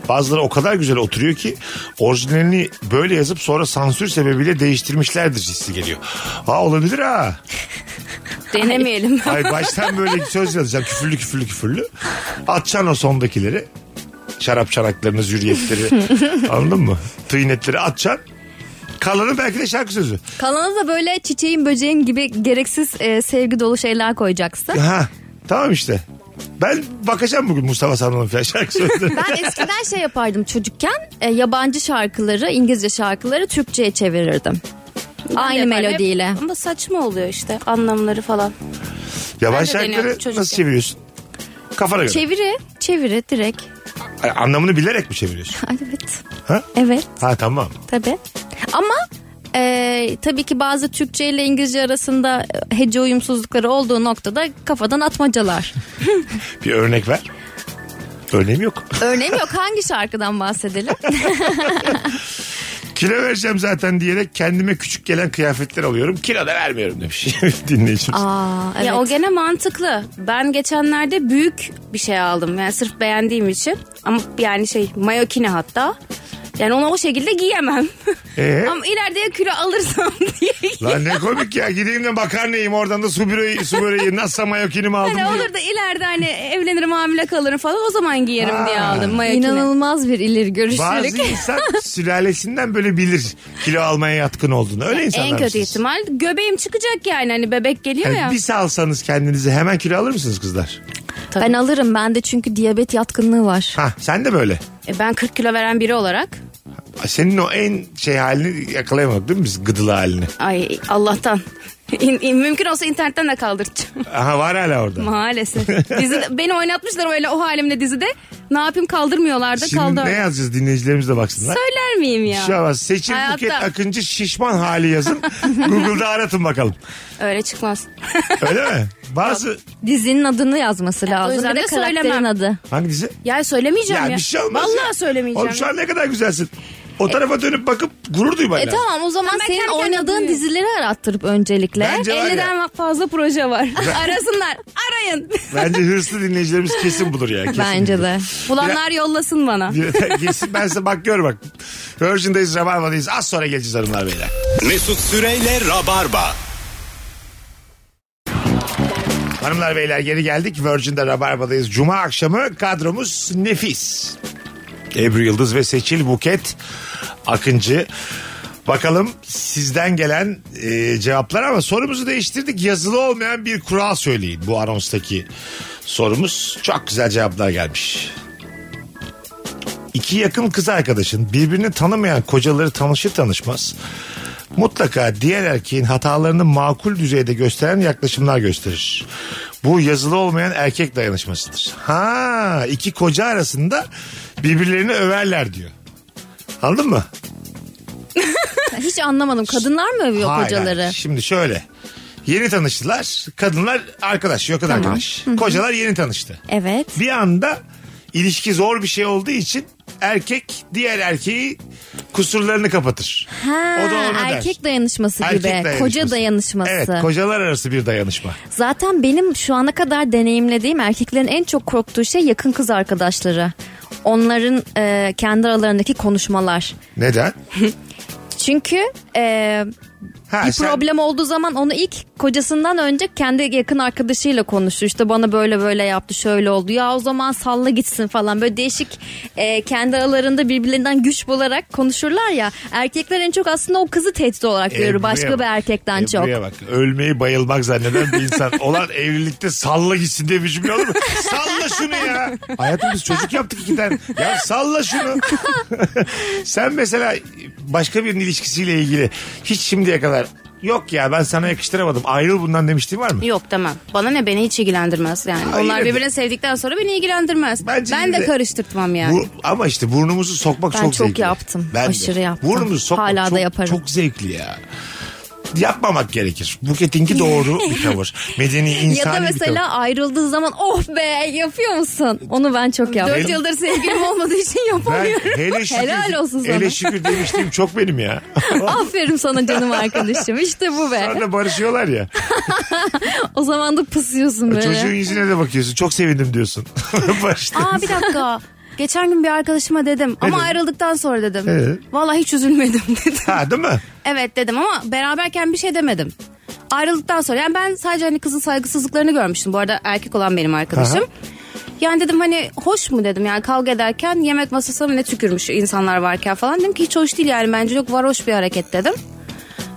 S1: Bazıları o kadar güzel oturuyor ki orijinalini böyle yazıp sonra sansür sebebiyle değiştirmişlerdir hissi geliyor. Ha olabilir ha.
S3: [laughs] Denemeyelim.
S1: Ay baştan böyle söz yazacağım küfürlü küfürlü küfürlü. Atacaksın o sondakileri. Şarap çanaklarını, zürriyetleri anladın mı? Tıynetleri atacaksın. Kalanı belki de şarkı sözü.
S2: Kalana da böyle çiçeğin böceğin gibi gereksiz e, sevgi dolu şeyler koyacaksın.
S1: Ha tamam işte. Ben bakacağım bugün Mustafa Sandal'ın falan şarkı sözleri.
S2: Ben eskiden şey yapardım çocukken e, yabancı şarkıları İngilizce şarkıları Türkçe'ye çevirirdim. Aynı
S3: Yaparım.
S2: melodiyle.
S3: Ama saçma oluyor işte anlamları falan.
S1: Yaban
S3: Ben de deniyorum
S1: şarkıları
S3: çocukken.
S1: nasıl çeviriyorsun? Kafana göre.
S2: Çeviri çeviri direkt.
S1: Ay, Anlamını bilerek mi çeviriyorsun?
S2: Ay, evet.
S1: Ha?
S2: Evet
S1: Ha [laughs] tamam.
S2: tabii. Ama e, tabii ki bazı Türkçe ile İngilizce arasında e, hece uyumsuzlukları olduğu noktada kafadan atmacalar.
S1: Bir örnek ver. Örneğim yok.
S2: Örneğin yok hangi şarkıdan bahsedelim?
S1: Kilo vereceğim zaten diyerek kendime küçük gelen kıyafetler alıyorum. Kilo da vermiyorum demiş [laughs] dinleyicimiz.
S2: Aa, evet.
S3: Ya o gene mantıklı. Ben geçenlerde büyük bir şey aldım. Yani sırf beğendiğim için. Ama yani şey mayokine hatta. Yani onu o şekilde giyemem.
S1: Ee?
S3: [laughs] Ama ileride kilo alırsam [laughs] diye.
S1: Lan ne komik ya gideyim de makarnayım oradan da su böreği, su böreği nasılsa mayokinimi
S3: [laughs]
S1: aldım.
S3: Hani
S1: diye.
S3: olur da ileride hani evlenirim hamile kalırım falan o zaman giyerim diye aldım mayokine.
S2: İnanılmaz bir ileri
S1: Bazı
S2: görüşlülük.
S1: insan sülalesinden böyle bilir kilo almaya yatkın olduğunu. Öyle insanlar
S3: En kötü
S1: mısınız?
S3: ihtimal göbeğim çıkacak yani hani bebek geliyor
S1: Yani
S3: ya.
S1: bir salsanız kendinizi hemen kilo alır mısınız kızlar?
S2: Ben alırım bende çünkü diyabet yatkınlığı var.
S1: Ha sen de böyle.
S3: E ben 40 kilo veren biri olarak
S1: Senin o en şey halini yakalayamadık değil mi biz gıdılı halini?
S3: ay Allah'tan [laughs] İn- in- mümkün olsa internetten de kaldıracağım
S1: Aha var hala orada.
S3: [laughs] maalesef. Dizide, beni oynatmışlar öyle o halimle dizide. Ne yapayım kaldırmıyorlar da
S1: Şimdi
S3: kaldı.
S1: ne yazacağız dinleyicilerimiz de baksınlar.
S3: Söyler miyim ya?
S1: Şu an seçim
S3: Hayatta.
S1: Buket Akıncı şişman hali
S3: [laughs]
S1: yazın. Google'da aratın bakalım.
S3: Öyle çıkmaz.
S1: Öyle mi? Bazı
S2: Dizinin adını yazması lazım.
S3: yüzden
S2: bir de
S3: de
S2: karakterin
S3: söylemem.
S2: adı.
S1: hangi dizi?
S3: Ya söylemeyeceğim ya.
S1: Ya bir şey olmaz.
S3: Vallahi
S1: ya.
S3: söylemeyeceğim.
S1: Oğlum şu an ne kadar güzelsin. O tarafa dönüp bakıp gurur duyman
S2: E
S1: lazım.
S2: tamam o zaman
S3: Tamam, ben
S2: senin
S3: kendi kendime
S2: oynadığın
S3: duyuyorum.
S2: dizileri arattırıp öncelikle.
S1: Bence var ya.
S3: 50'den fazla proje
S1: [laughs]
S3: var. Arasınlar. Arayın.
S1: Bence hırslı dinleyicilerimiz kesin bulur ya. Kesin
S2: Bence
S1: bulur.
S2: de.
S3: Bulanlar yollasın bana.
S1: Bir- kesin ben size bak gör bak. Virgin'dayız, Rabarba'dayız. Az sonra geleceğiz hanımlar beyler.
S4: Mesut Süreyle Rabarba.
S1: Hanımlar beyler geri geldik. Virgin'de Rabarba'dayız. Cuma akşamı kadromuz nefis. Ebru Yıldız ve Seçil Buket Akıncı. Bakalım sizden gelen e, cevaplar ama sorumuzu değiştirdik. Yazılı olmayan bir kural söyleyin bu anonstaki sorumuz. Çok güzel cevaplar gelmiş. İki yakın kız arkadaşın birbirini tanımayan kocaları tanışır tanışmaz mutlaka diğer erkeğin hatalarını makul düzeyde gösteren yaklaşımlar gösterir. Bu yazılı olmayan erkek dayanışmasıdır. Ha iki koca arasında birbirlerini överler diyor. Anladın mı?
S2: Hiç anlamadım. Kadınlar mı övüyor
S1: Hayır,
S2: kocaları?
S1: hayır. Şimdi şöyle. Yeni tanıştılar. Kadınlar arkadaş, yakın arkadaş. Kocalar yeni tanıştı.
S2: Evet.
S1: Bir anda ilişki zor bir şey olduğu için erkek diğer erkeği kusurlarını kapatır.
S2: Ha,
S1: O da ona der.
S2: erkek dayanışması
S1: Erkek
S2: gibi. Koca dayanışması.
S1: Evet, kocalar arası bir dayanışma.
S2: Zaten benim şu ana kadar deneyimlediğim erkeklerin en çok korktuğu şey yakın kız arkadaşları. Onların e, kendi aralarındaki konuşmalar.
S1: Neden?
S2: Çünkü e,
S1: Ha,
S2: bir
S1: sen-
S2: problem olduğu zaman onu ilk kocasından önce kendi yakın arkadaşıyla konuşuyor. İşte bana böyle böyle yaptı şöyle oldu ya o zaman salla gitsin falan böyle değişik e, kendi aralarında birbirlerinden güç bularak konuşurlar ya. Erkekler en çok aslında o kızı tehdit olarak görür
S1: Ebru'ya
S2: başka
S1: bak.
S2: bir erkekten
S1: Ebru'ya
S2: çok.
S1: E, bak. Ölmeyi bayılmak zanneden bir
S2: [laughs]
S1: insan. Olan evlilikte salla gitsin diye bir cümle olur mu? Salla şunu ya. Hayatım biz çocuk yaptık iki tane. Ya salla şunu. [laughs] Sen mesela başka birinin ilişkisiyle ilgili hiç şimdiye kadar yok ya ben sana yakıştıramadım ayrıl bundan demiştin var mı?
S3: Yok demem. Bana ne beni hiç ilgilendirmez yani.
S1: Hayır,
S3: Onlar
S1: evet.
S3: birbirini sevdikten sonra beni ilgilendirmez.
S1: Bence
S3: ben de
S1: de-
S3: karıştırtmam yani.
S1: Bu- ama işte burnumuzu sokmak
S2: Ben
S1: çok
S2: çok
S1: zevkli.
S2: yaptım.
S1: de.
S2: Aşırı yaptım.
S1: Burnumuzu sokmak
S2: Hala da
S1: çok,
S2: yaparım.
S1: çok zevkli ya. Yapmamak gerekir. Buketinki doğru bir
S2: [laughs]
S1: tavır. Medeni insani
S2: Ya da
S1: bir tavır.
S2: mesela ayrıldığı zaman oh be yapıyor musun? Onu ben çok yaptım.
S3: Dört yıldır sevgilim olmadığı için
S1: Ben
S3: yapamıyorum.
S2: [laughs]
S1: hele şükür,
S2: Helal olsun sana.
S1: Hele şükür demiştim çok benim
S2: [laughs]
S1: ya.
S2: Aferin sana canım arkadaşım. İşte bu be.
S1: Sonra da barışıyorlar ya.
S2: O zaman da pısıyorsun böyle.
S1: Çocuğun yüzüne de bakıyorsun. Çok sevindim diyorsun. [laughs] Barıştın.
S3: Aa bir
S1: [laughs]
S3: dakika. Geçen gün bir arkadaşıma dedim ama
S1: dedin?
S3: ayrıldıktan sonra dedim.
S1: Evet.
S3: Vallahi hiç üzülmedim [laughs] dedim.
S1: Ha değil mi?
S3: evet dedim ama beraberken bir şey demedim. Ayrıldıktan sonra yani ben sadece hani kızın saygısızlıklarını görmüştüm. Bu arada erkek olan benim arkadaşım.
S1: Aha.
S3: Yani dedim hani hoş mu dedim yani kavga ederken yemek masasına ne tükürmüş insanlar varken falan. Dedim ki hiç hoş değil yani bence çok varoş bir hareket dedim.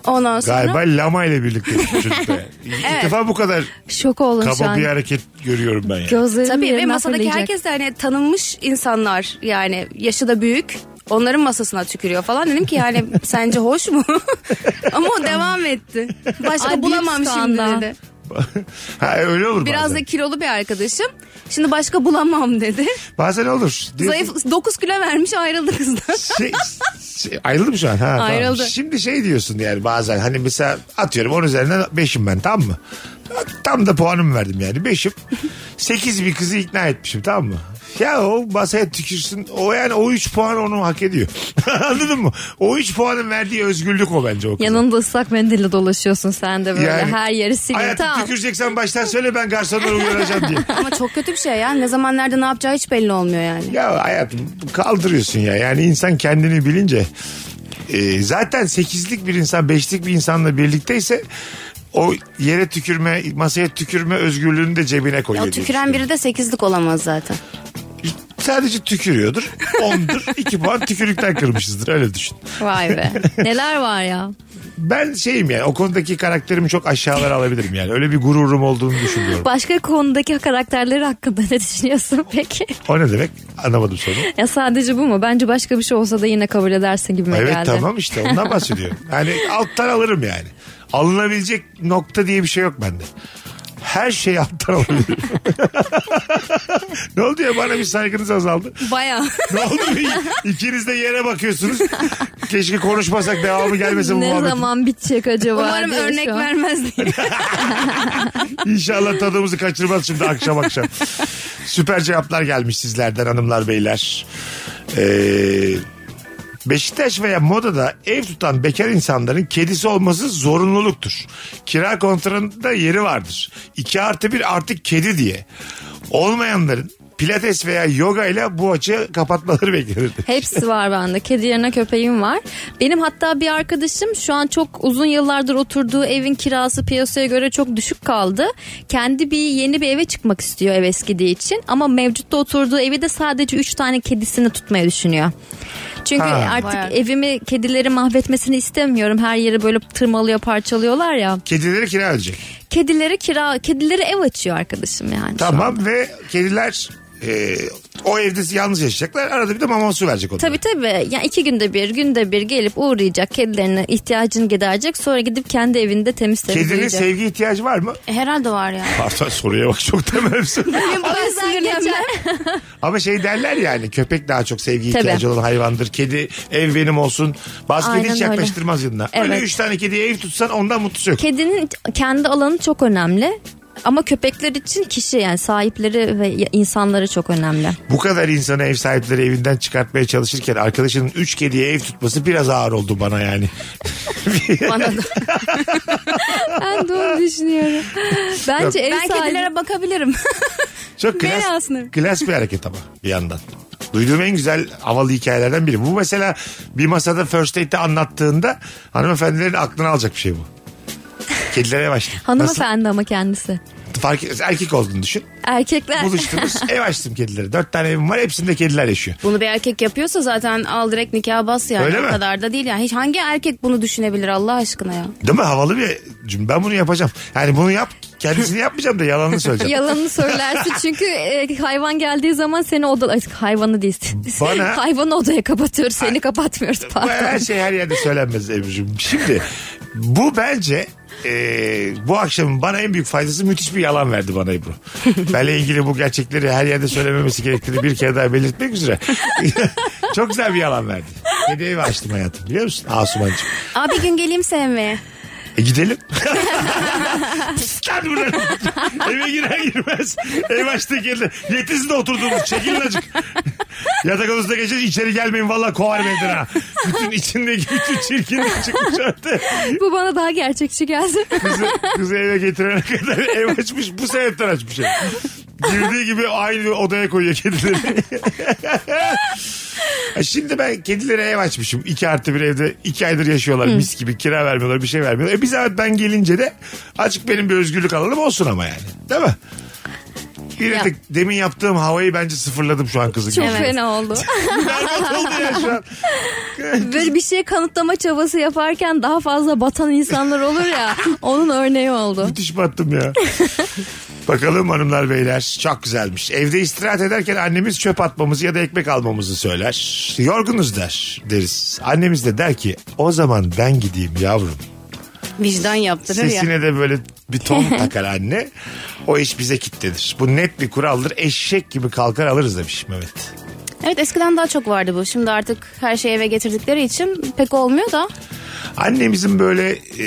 S3: Ondan sonra
S1: Galiba lama ile
S2: [laughs]
S1: birlikte çocukta. İlk
S3: Evet.
S1: defa bu kadar
S2: Şok oldum şu
S1: kaba
S2: an.
S1: bir hareket görüyorum ben yani.
S2: Gözlerim
S3: Tabii ve
S2: yerimden
S3: masadaki
S2: fırlayacak.
S3: herkes de hani tanınmış insanlar yani yaşı da büyük. Onların masasına tükürüyor falan. Dedim
S2: [laughs]
S3: ki yani sence hoş mu? [laughs] Ama o devam etti. Başka
S2: Ay, büyük
S3: bulamam şimdi
S2: skandal.
S3: dedi.
S1: [laughs] ha, öyle olur
S3: Biraz da
S1: bazen.
S3: kilolu bir arkadaşım. Şimdi başka
S1: [laughs]
S3: bulamam dedi.
S1: Bazen olur. Diyorsun-
S3: Zayıf 9 kilo vermiş ayrıldı kızdan.
S1: şey, şey- ayrıldı mı şu an? Ha, tamam.
S3: Ayrıldı.
S1: Şimdi şey diyorsun yani bazen hani mesela atıyorum 10 üzerinden 5'im ben tamam mı? Tam da puanımı verdim yani 5'im. 8 bir kızı ikna etmişim tamam mı? Ya o masaya tükürsün. O yani o 3 puan onu hak ediyor. [laughs] Anladın mı? O 3 puanın verdiği özgürlük o bence o kızın.
S2: [laughs] Yanında ıslak mendille dolaşıyorsun sen de böyle
S1: Yani
S2: her yeri silin.
S1: Hayatım
S2: Tamam.
S1: tüküreceksen baştan söyle ben garsonlara uyaracağım diye.
S3: [laughs] Ama çok kötü bir şey ya. Ne zaman nerede ne yapacağı hiç belli olmuyor yani.
S1: Ya hayatım kaldırıyorsun ya. Yani insan kendini bilince e, zaten sekizlik bir insan beşlik bir insanla birlikteyse o yere tükürme masaya tükürme özgürlüğünü de cebine koyuyor.
S3: Ya
S1: diye
S3: tüküren biri de 8'lik olamaz zaten.
S1: düşünüyorum. Sadece tükürüyordur.
S3: [laughs]
S1: Ondur. iki puan tükürükten kırmışızdır. Öyle düşün.
S3: Vay be.
S2: Neler var ya.
S1: Ben şeyim yani o konudaki karakterimi çok aşağılara alabilirim yani. Öyle bir gururum olduğunu düşünüyorum.
S2: [laughs] Başka konudaki karakterleri hakkında ne düşünüyorsun peki?
S1: O ne demek? Anlamadım soruyu.
S2: Ya sadece bu mu? Bence başka bir şey olsa da yine kabul edersin gibi
S1: Evet
S2: geldi. [laughs]
S1: tamam işte ondan bahsediyorum. Yani alttan alırım yani. Alınabilecek nokta diye bir şey yok bende. Her şeyi alttan
S2: [laughs]
S1: alabilirim. ne oldu ya bana bir saygınız azaldı.
S3: Baya.
S1: Ne oldu? İkiniz de yere bakıyorsunuz. Keşke konuşmasak devamı gelmese bu
S2: Ne
S1: muhabbetin.
S2: zaman bitecek acaba?
S3: [laughs] Umarım
S2: diye
S3: örnek
S2: şu an.
S3: vermez diye.
S1: İnşallah tadımızı kaçırmaz şimdi akşam akşam. Süper cevaplar gelmiş sizlerden hanımlar beyler. Ee, Beşiktaş veya Moda'da ev tutan bekar insanların kedisi olması zorunluluktur. Kira kontratında yeri vardır. 2 artı 1 artık kedi diye. Olmayanların pilates veya yoga ile bu açığı kapatmaları beklenir.
S2: Hepsi var bende. Kedi yerine köpeğim var. Benim hatta bir arkadaşım şu an çok uzun yıllardır oturduğu evin kirası piyasaya göre çok düşük kaldı. Kendi bir yeni bir eve çıkmak istiyor ev eskidiği için. Ama mevcutta oturduğu evi de sadece 3 tane kedisini tutmayı düşünüyor. Çünkü
S1: Ha.
S2: artık
S3: Bayağı.
S2: evimi kedileri mahvetmesini istemiyorum. Her yeri böyle tırmalıyor parçalıyorlar ya.
S1: Kedileri kira ödeyecek.
S2: Kedileri kira, kedileri ev açıyor arkadaşım yani. şu an.
S1: Tamam ve kediler e, o evde yalnız yaşayacaklar. Arada bir de mama su verecek onlara.
S2: Tabii tabii. Yani iki günde bir, günde bir gelip uğrayacak. Kedilerine ihtiyacını giderecek. Sonra gidip kendi evinde temiz
S1: Kedinin
S2: temizleyecek.
S1: sevgi ihtiyacı var mı?
S3: E, Herhalde
S2: [laughs]
S3: var ya.
S1: Pardon soruya bak çok temelsin.
S3: Benim bu kadar sinirlenmem.
S1: Ama şey derler yani köpek daha çok sevgi
S2: Tabii.
S1: ihtiyacı olan hayvandır. Kedi ev benim olsun. Bazı kedi
S2: Aynen
S1: hiç
S2: öyle.
S1: yaklaştırmaz yanına. Öyle
S2: Evet.
S1: üç tane kediye ev tutsan ondan mutlusu yok.
S2: Kedinin kendi alanı çok önemli. Ama köpekler için kişi yani sahipleri ve ya- insanları çok önemli.
S1: Bu kadar insanı ev sahipleri evinden çıkartmaya çalışırken arkadaşının üç kediye ev tutması biraz ağır oldu bana yani.
S3: Bana da.
S2: Ben de onu düşünüyorum. Bence ev
S3: Ben
S2: [laughs]
S3: kedilere bakabilirim.
S1: Çok klas,
S3: Beni aslında.
S1: klas bir hareket ama bir yandan. Duyduğum en güzel havalı hikayelerden biri. Bu mesela bir masada first date'te anlattığında hanımefendilerin aklını alacak bir şey bu. Kedilere başlayın.
S2: Hanımefendi ama kendisi.
S1: Nasıl? Fark, erkek olduğunu düşün.
S2: Erkekler.
S1: Buluştunuz. [laughs] ev açtım kedilere. Dört tane evim var. Hepsinde kediler yaşıyor.
S3: Bunu bir erkek yapıyorsa zaten al direkt nikaha bas yani.
S1: Öyle
S3: o
S1: mi?
S3: kadar da değil yani. Hiç hangi erkek bunu düşünebilir Allah aşkına ya?
S1: Değil mi? Havalı bir cümle. Ben bunu yapacağım. Yani bunu yap. Kendisini yapmayacağım da yalanını söyleyeceğim. [laughs]
S2: Yalanını söylersin çünkü e, hayvan geldiği zaman seni oda Ay, hayvanı değil.
S1: Bana-
S2: Hayvanı odaya kapatıyoruz seni kapatmıyoruz
S1: Bu
S2: pardon.
S1: her şey her yerde söylenmez Ebru'cum. Şimdi bu bence e, bu akşamın bana en büyük faydası müthiş bir yalan verdi bana Ebru. Benle ilgili bu gerçekleri her yerde söylememesi gerektiğini bir kere daha belirtmek üzere. [laughs] Çok güzel bir yalan verdi. Kedi evi açtım hayatım biliyor musun Asumancığım?
S3: Abi bir gün geleyim sevmeye.
S1: E gidelim. [laughs] Lan buradan. Eve girer girmez. Ev açtı geldi. Yetisi de oturduğumuz. Çekilin acık. Yatak odasına geçeceğiz. İçeri gelmeyin. Valla kovar beni ha. Bütün içindeki bütün çirkinlik çıkmış ortaya.
S2: Bu bana daha gerçekçi geldi.
S1: Kızı, kızı eve getirene kadar [laughs] ev açmış. Bu sebepten açmış. ev. Girdiği gibi aynı odaya koyuyor kedileri. [laughs] Ha, Şimdi ben kedilere ev açmışım. İki artı bir evde iki aydır yaşıyorlar mis gibi. Kira vermiyorlar bir şey vermiyorlar. E bir zahmet ben gelince de açık benim bir özgürlük alanım olsun ama yani. Değil mi? Yine
S2: Ya.
S1: de demin yaptığım havayı bence sıfırladım şu an kızın.
S2: Çok
S1: gözünde.
S2: [laughs] fena oldu.
S1: Berbat oldu ya şu an.
S2: Böyle bir şey kanıtlama çabası yaparken daha fazla batan insanlar olur
S3: [laughs]
S2: ya. Onun örneği oldu.
S1: Müthiş battım
S2: [laughs]
S1: ya. Bakalım hanımlar beyler çok güzelmiş. Evde istirahat ederken annemiz çöp atmamızı ya da ekmek almamızı söyler. Yorgunuz der deriz. Annemiz de der ki o zaman ben gideyim yavrum.
S3: Vicdan yaptırır ya.
S1: Sesine de böyle bir
S2: [laughs]
S1: ton takar anne. O iş bize kitledir. Bu net bir kuraldır. Eşek gibi kalkar alırız demiş Mehmet.
S3: Evet eskiden daha çok vardı bu. Şimdi artık her şeyi eve getirdikleri için pek olmuyor da.
S1: Annemizin böyle e,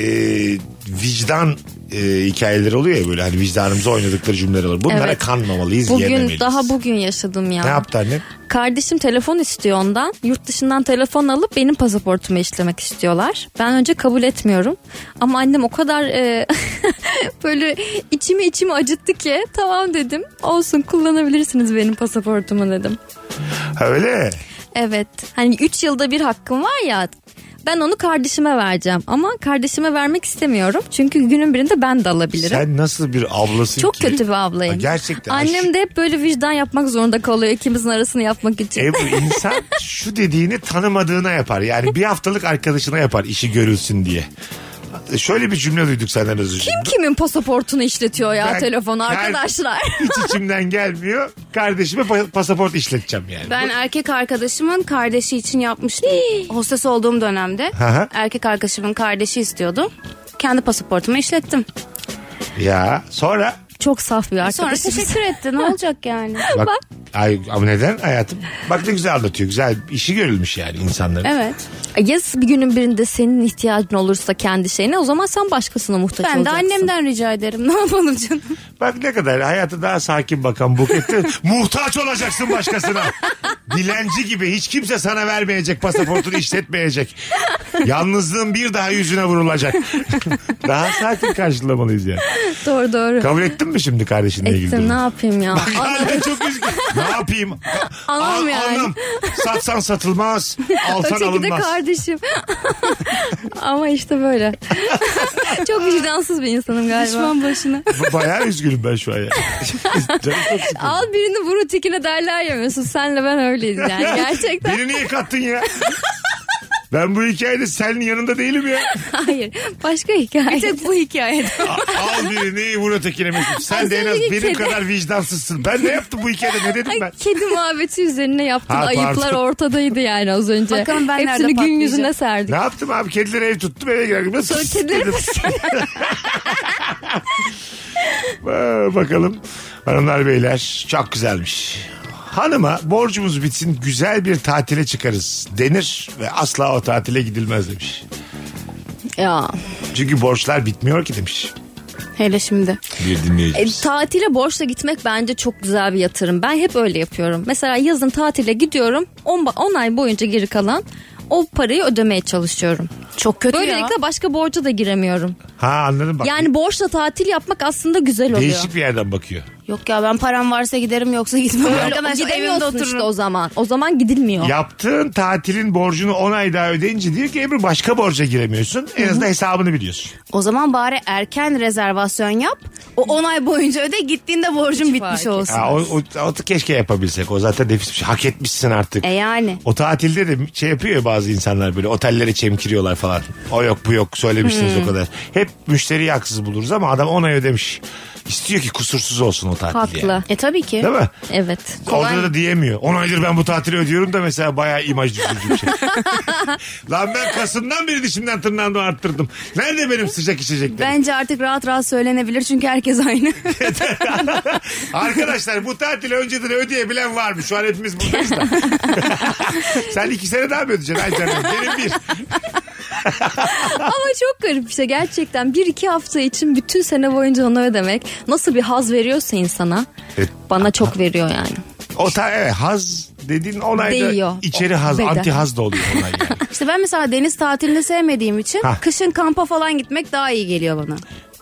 S1: vicdan e, hikayeleri oluyor ya böyle hani vicdanımıza oynadıkları cümleler olur. Bunlara
S2: Evet.
S1: kanmamalıyız,
S2: Bugün
S1: yememeliyiz.
S2: daha bugün yaşadım ya.
S1: Ne yaptı annem?
S2: Kardeşim telefon istiyor ondan. Yurt dışından telefon alıp benim pasaportuma işlemek istiyorlar. Ben önce kabul etmiyorum. Ama annem o kadar e, [laughs] böyle içimi içimi acıttı ki tamam dedim. Olsun kullanabilirsiniz benim pasaportumu dedim.
S1: Ha, Öyle.
S2: Evet. Hani 3 yılda bir hakkım var ya. Ben onu kardeşime vereceğim ama kardeşime vermek istemiyorum. Çünkü günün birinde ben de alabilirim.
S1: Sen nasıl bir ablasın
S2: Çok
S1: ki?
S2: kötü bir ablayım.
S1: Ha, Gerçekten.
S2: Annem de hep böyle vicdan yapmak zorunda kalıyor ikimizin arasını yapmak için.
S1: E bu insan şu dediğini tanımadığına yapar. Yani bir haftalık arkadaşına yapar işi görülsün diye. Şöyle bir cümle duyduk senden özür dilerim.
S2: Kim kimin pasaportunu işletiyor ya
S1: Ben-
S2: telefon
S1: Ben-
S2: arkadaşlar?
S1: Hiç içimden gelmiyor. Kardeşime pa- pasaport işleteceğim yani.
S3: Ben erkek arkadaşımın kardeşi için yapmıştım. Hostes olduğum dönemde
S1: hı.
S3: erkek arkadaşımın kardeşi istiyordu. Kendi pasaportumu işlettim.
S1: Ya sonra
S2: [laughs] Çok saf bir
S3: Sonra
S2: arkadaşımız.
S3: teşekkür
S2: [laughs]
S3: etti. Ne olacak yani?
S1: bak, Ay, ama neden hayatım? Bak ne güzel anlatıyor. Güzel işi görülmüş yani insanların.
S3: Evet.
S2: Ya bir günün birinde senin ihtiyacın olursa kendi şeyine o zaman sen başkasına muhtaç
S3: Ben de
S2: olacaksın.
S3: annemden rica ederim. [laughs] Ne yapalım canım?
S1: Bak ne kadar hayatı daha sakin bakan bukette muhtaç olacaksın başkasına. Dilenci gibi hiç kimse sana vermeyecek pasaportunu işletmeyecek. Yalnızlığın bir daha yüzüne vurulacak. daha sakin karşılamalıyız yani.
S2: Doğru doğru.
S1: Kabul ettin mi şimdi kardeşinle ilgili?
S2: Ettim ne
S1: durumu?
S2: yapayım [laughs] ya.
S1: Bak hala çok üzgün. Ne yapayım?
S2: Anam yani.
S1: Anam. Satsan
S2: [laughs]
S1: satılmaz. Alsan
S2: Öteki de
S1: alınmaz.
S2: [laughs] kardeşim. Ama işte [laughs] böyle. Çok vicdansız bir insanım galiba.
S3: Düşman başına.
S1: B- Bayağı üzgünüm ben şu an ya.
S2: [laughs]
S1: Canım çok sıkıldı.
S2: Al birini vur ötekine derler ya Mesut. Senle ben öyleyiz [laughs] yani gerçekten.
S1: Beni niye kattın ya? Ben bu hikayede senin yanında değilim ya.
S2: Hayır. Başka hikaye.
S3: Bir tek bu hikayede.
S1: A- Al birini vur ötekine Mesut. Sen de en az
S2: seninki
S1: benim
S2: kedi.
S1: kadar vicdansızsın. Ben ne yaptım bu hikayede ne dedim
S2: [laughs] Ay,
S1: ben?
S2: Kedi muhabbeti üzerine yaptığın
S1: Ha, pardon.
S2: ayıplar ortadaydı yani az önce.
S3: Bakalım ben nerede
S2: Hepsini gün
S3: patlayacağım.
S2: yüzüne serdik.
S1: Ne yaptım abi? Kedilere ev tuttum eve girerdim. Nasıl
S2: Sonra kedileri
S1: dedim. [laughs] Ba- Bakalım hanımlar beyler çok güzelmiş. Hanıma borcumuz bitsin güzel bir tatile çıkarız denir ve asla o tatile gidilmez demiş.
S2: Ya.
S1: Çünkü borçlar bitmiyor ki demiş
S3: Hele şimdi.
S1: bir dinleyici.
S2: E, tatile borçla gitmek bence çok güzel bir yatırım. Ben hep öyle yapıyorum. Mesela yazın tatile gidiyorum. 10 ay boyunca geri kalan o parayı ödemeye çalışıyorum.
S3: Çok kötü ya.
S2: Böylelikle başka borca da giremiyorum.
S1: Ha anladım bak.
S2: Yani borçla tatil yapmak aslında güzel oluyor.
S1: Değişik bir yerden bakıyor.
S3: Yok ya ben param varsa giderim yoksa gitmem.
S2: Böyle
S3: Arkadaşlar evimde
S2: gidemiyorsun
S3: otururum.
S2: işte o zaman. O zaman gidilmiyor.
S1: Yaptığın tatilin borcunu 10 ay daha ödeyince diyor ki Ebru başka borca giremiyorsun. En azından hesabını biliyorsun.
S3: O zaman bari erken rezervasyon yap. O 10 ay boyunca öde gittiğinde borcun
S2: fark
S3: bitmiş
S2: etmez.
S3: olsun.
S1: Ha, o, o, o da keşke yapabilsek. O zaten nefis bir şey. Hak etmişsin artık.
S3: E yani.
S1: O tatilde de şey yapıyor ya bazı insanlar böyle otellere çemkiriyorlar falan. O yok bu yok söylemiştiniz o kadar. Hep müşteriyi haksız buluruz ama adam 10 ay ödemiş. İstiyor ki kusursuz olsun o tatil yani.
S2: Haklı.
S3: E tabii ki.
S1: Değil mi?
S2: Evet.
S1: Orada da diyemiyor. 10 aydır ben bu tatili ödüyorum da mesela bayağı imaj düşürücü bir şey.
S2: [laughs]
S1: Lan ben Kasım'dan beri dişimden tırnağımı arttırdım. Nerede benim sıcak içeceklerim?
S3: Bence artık rahat rahat söylenebilir çünkü herkes [laughs] aynı.
S1: Arkadaşlar bu tatili önceden ödeyebilen var mı? Şu an hepimiz buradayız
S2: [laughs]
S1: da. Sen iki sene daha mı ödeyeceksin? Ay canım benim bir.
S2: Ama çok garip bir şey gerçekten. Bir iki hafta için bütün sene boyunca onu ödemek nasıl bir haz veriyorsa insana.
S1: Evet.
S2: Bana çok veriyor yani.
S1: O ta evet, haz dediğin onayda
S2: Değiyor.
S1: içeri
S2: O-
S1: haz,
S2: beden.
S1: anti haz da oluyor onay
S2: [laughs]
S1: yani.
S3: işte ben mesela deniz tatilini sevmediğim için
S1: Hah.
S3: kışın kampa falan gitmek daha iyi geliyor bana.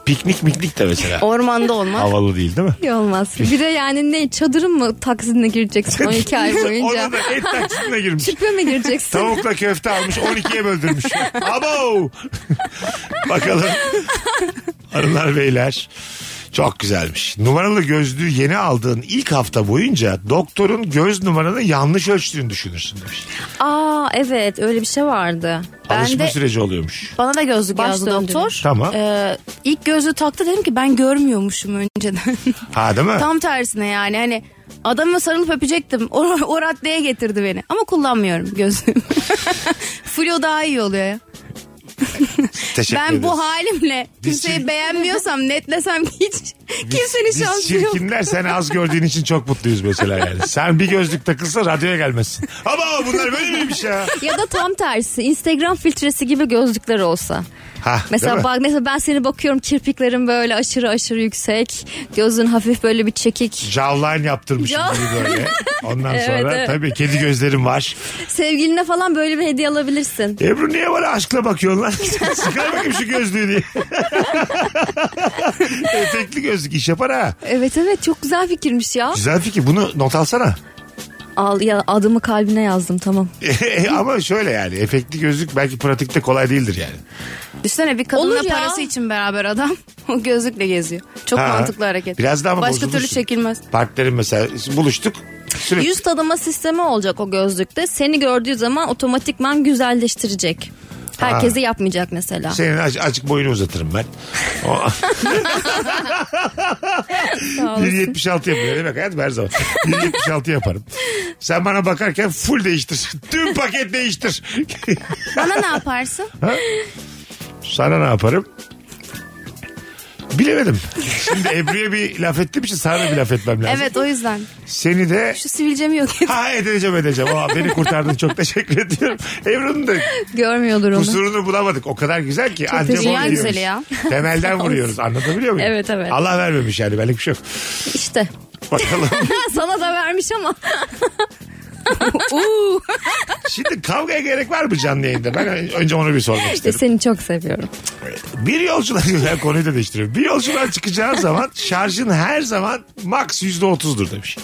S1: Piknik miknik de mesela.
S3: Ormanda olmak.
S1: Havalı değil değil mi?
S2: İyi olmaz. Bir de yani ne çadırın mı taksidine gireceksin
S1: [laughs]
S2: 12 ay boyunca?
S1: Ona da et taksitine girmiş.
S2: Çipe mi gireceksin?
S1: Tavukla köfte almış 12'ye böldürmüş. Abo! Bakalım. Hanımlar beyler. Çok güzelmiş. Numaralı gözlüğü yeni aldığın ilk hafta boyunca doktorun göz numaranı yanlış ölçtüğünü düşünürsün demiş.
S2: Aa evet öyle bir şey vardı.
S1: Alışma
S3: de-
S1: süreci oluyormuş.
S3: Bana da gözlük
S2: Baş
S3: yazdı
S2: döndürücü.
S3: doktor.
S1: Tamam.
S3: Ee, ilk gözlüğü taktı dedim ki ben görmüyormuşum
S1: [laughs]
S3: önceden.
S1: Ha değil mi?
S3: Tam tersine yani hani adamı sarılıp öpecektim. O, o raddeye [laughs] getirdi beni. Ama kullanmıyorum gözlüğümü. Flo daha iyi oluyor ya.
S1: Teşekkür
S3: ben
S1: ederiz.
S3: bu halimle
S1: Biz
S3: kimseyi
S1: çirkin-
S3: beğenmiyorsam netlesem [laughs] hiç kimsenin
S1: Biz
S3: şansı yok.
S1: çirkinler sen az gördüğün için çok mutluyuz mesela yani. Sen bir gözlük takılsa radyoya gelmezsin. Ama bunlar böyle miymiş ya?
S2: ya da tam tersi Instagram filtresi gibi gözlükler olsa.
S1: Ha, değil mi?
S2: Mesela bak mesela ben seni bakıyorum kirpiklerin böyle aşırı aşırı yüksek. Gözün hafif böyle bir çekik.
S1: Jawline yaptırmışım
S2: Jaw-
S1: gibi böyle. Ondan
S2: Evet,
S1: sonra
S2: evet.
S1: tabii kedi gözlerim var.
S2: Sevgiline falan böyle bir hediye alabilirsin.
S1: Ebru niye bana aşkla bakıyorsun lan? [laughs] Çıkar bakayım şu gözlüğü diye. [laughs] Efekli gözlük iş yapar ha.
S2: Evet evet çok güzel fikirmiş ya.
S1: Güzel fikir. Bunu not [laughs] alsana.
S2: Al ya adımı kalbine yazdım tamam.
S1: E, Ama şöyle yani efekli gözlük belki pratikte kolay değildir yani.
S3: Düşünsene bir kadınla
S2: Olur ya.
S3: parası için beraber adam [laughs] o gözlükle geziyor. Çok
S1: Ha.
S3: mantıklı hareket.
S1: Biraz daha ama
S3: Başka
S1: bozulursun.
S3: türlü çekilmez.
S1: Partnerim mesela buluştuk. Sürekli
S2: Yüz tadıma sistemi olacak o gözlükte. Seni gördüğü zaman otomatikman güzelleştirecek. Herkese yapmayacak mesela.
S1: senin aç- açık boyunu uzatırım ben. O-
S2: [laughs] Sağ olasın.
S1: 1.76 yapıyor. Ne demek hayatım her zaman. 1.76 yaparım. Sen bana bakarken full değiştir. Tüm paket değiştir.
S3: Bana
S2: [laughs]
S3: ne yaparsın?
S1: Sana ne yaparım? Bilemedim. Şimdi Ebru'ya bir laf ettiğim için sana da bir laf etmem lazım.
S3: evet o yüzden.
S1: Seni de...
S3: Şu sivilcemi yok et.
S1: Ha edeceğim edeceğim. Aa, beni kurtardın çok teşekkür ediyorum. Ebru'nun da
S2: [laughs] Görmüyordur onu.
S1: kusurunu bulamadık. O kadar güzel ki. Çok
S3: teşekkür ederim. Güzeli ya. [laughs]
S1: Temelden vuruyoruz. Anlatabiliyor muyum?
S2: Evet, evet.
S1: Allah vermemiş yani. Benlik bir şey yok.
S2: İşte.
S3: [laughs]
S1: Bakalım.
S2: Sana da vermiş ama.
S1: Şimdi kavgaya gerek var mı canlı yayında? Ben önce onu bir sormak isterim.
S2: E, Seni çok seviyorum.
S1: Bir yolcular [laughs] ya konuyu da değiştiriyorum. Bir yolcular çıkacağı zaman şarjın her zaman max yüzde otuzdur demiş.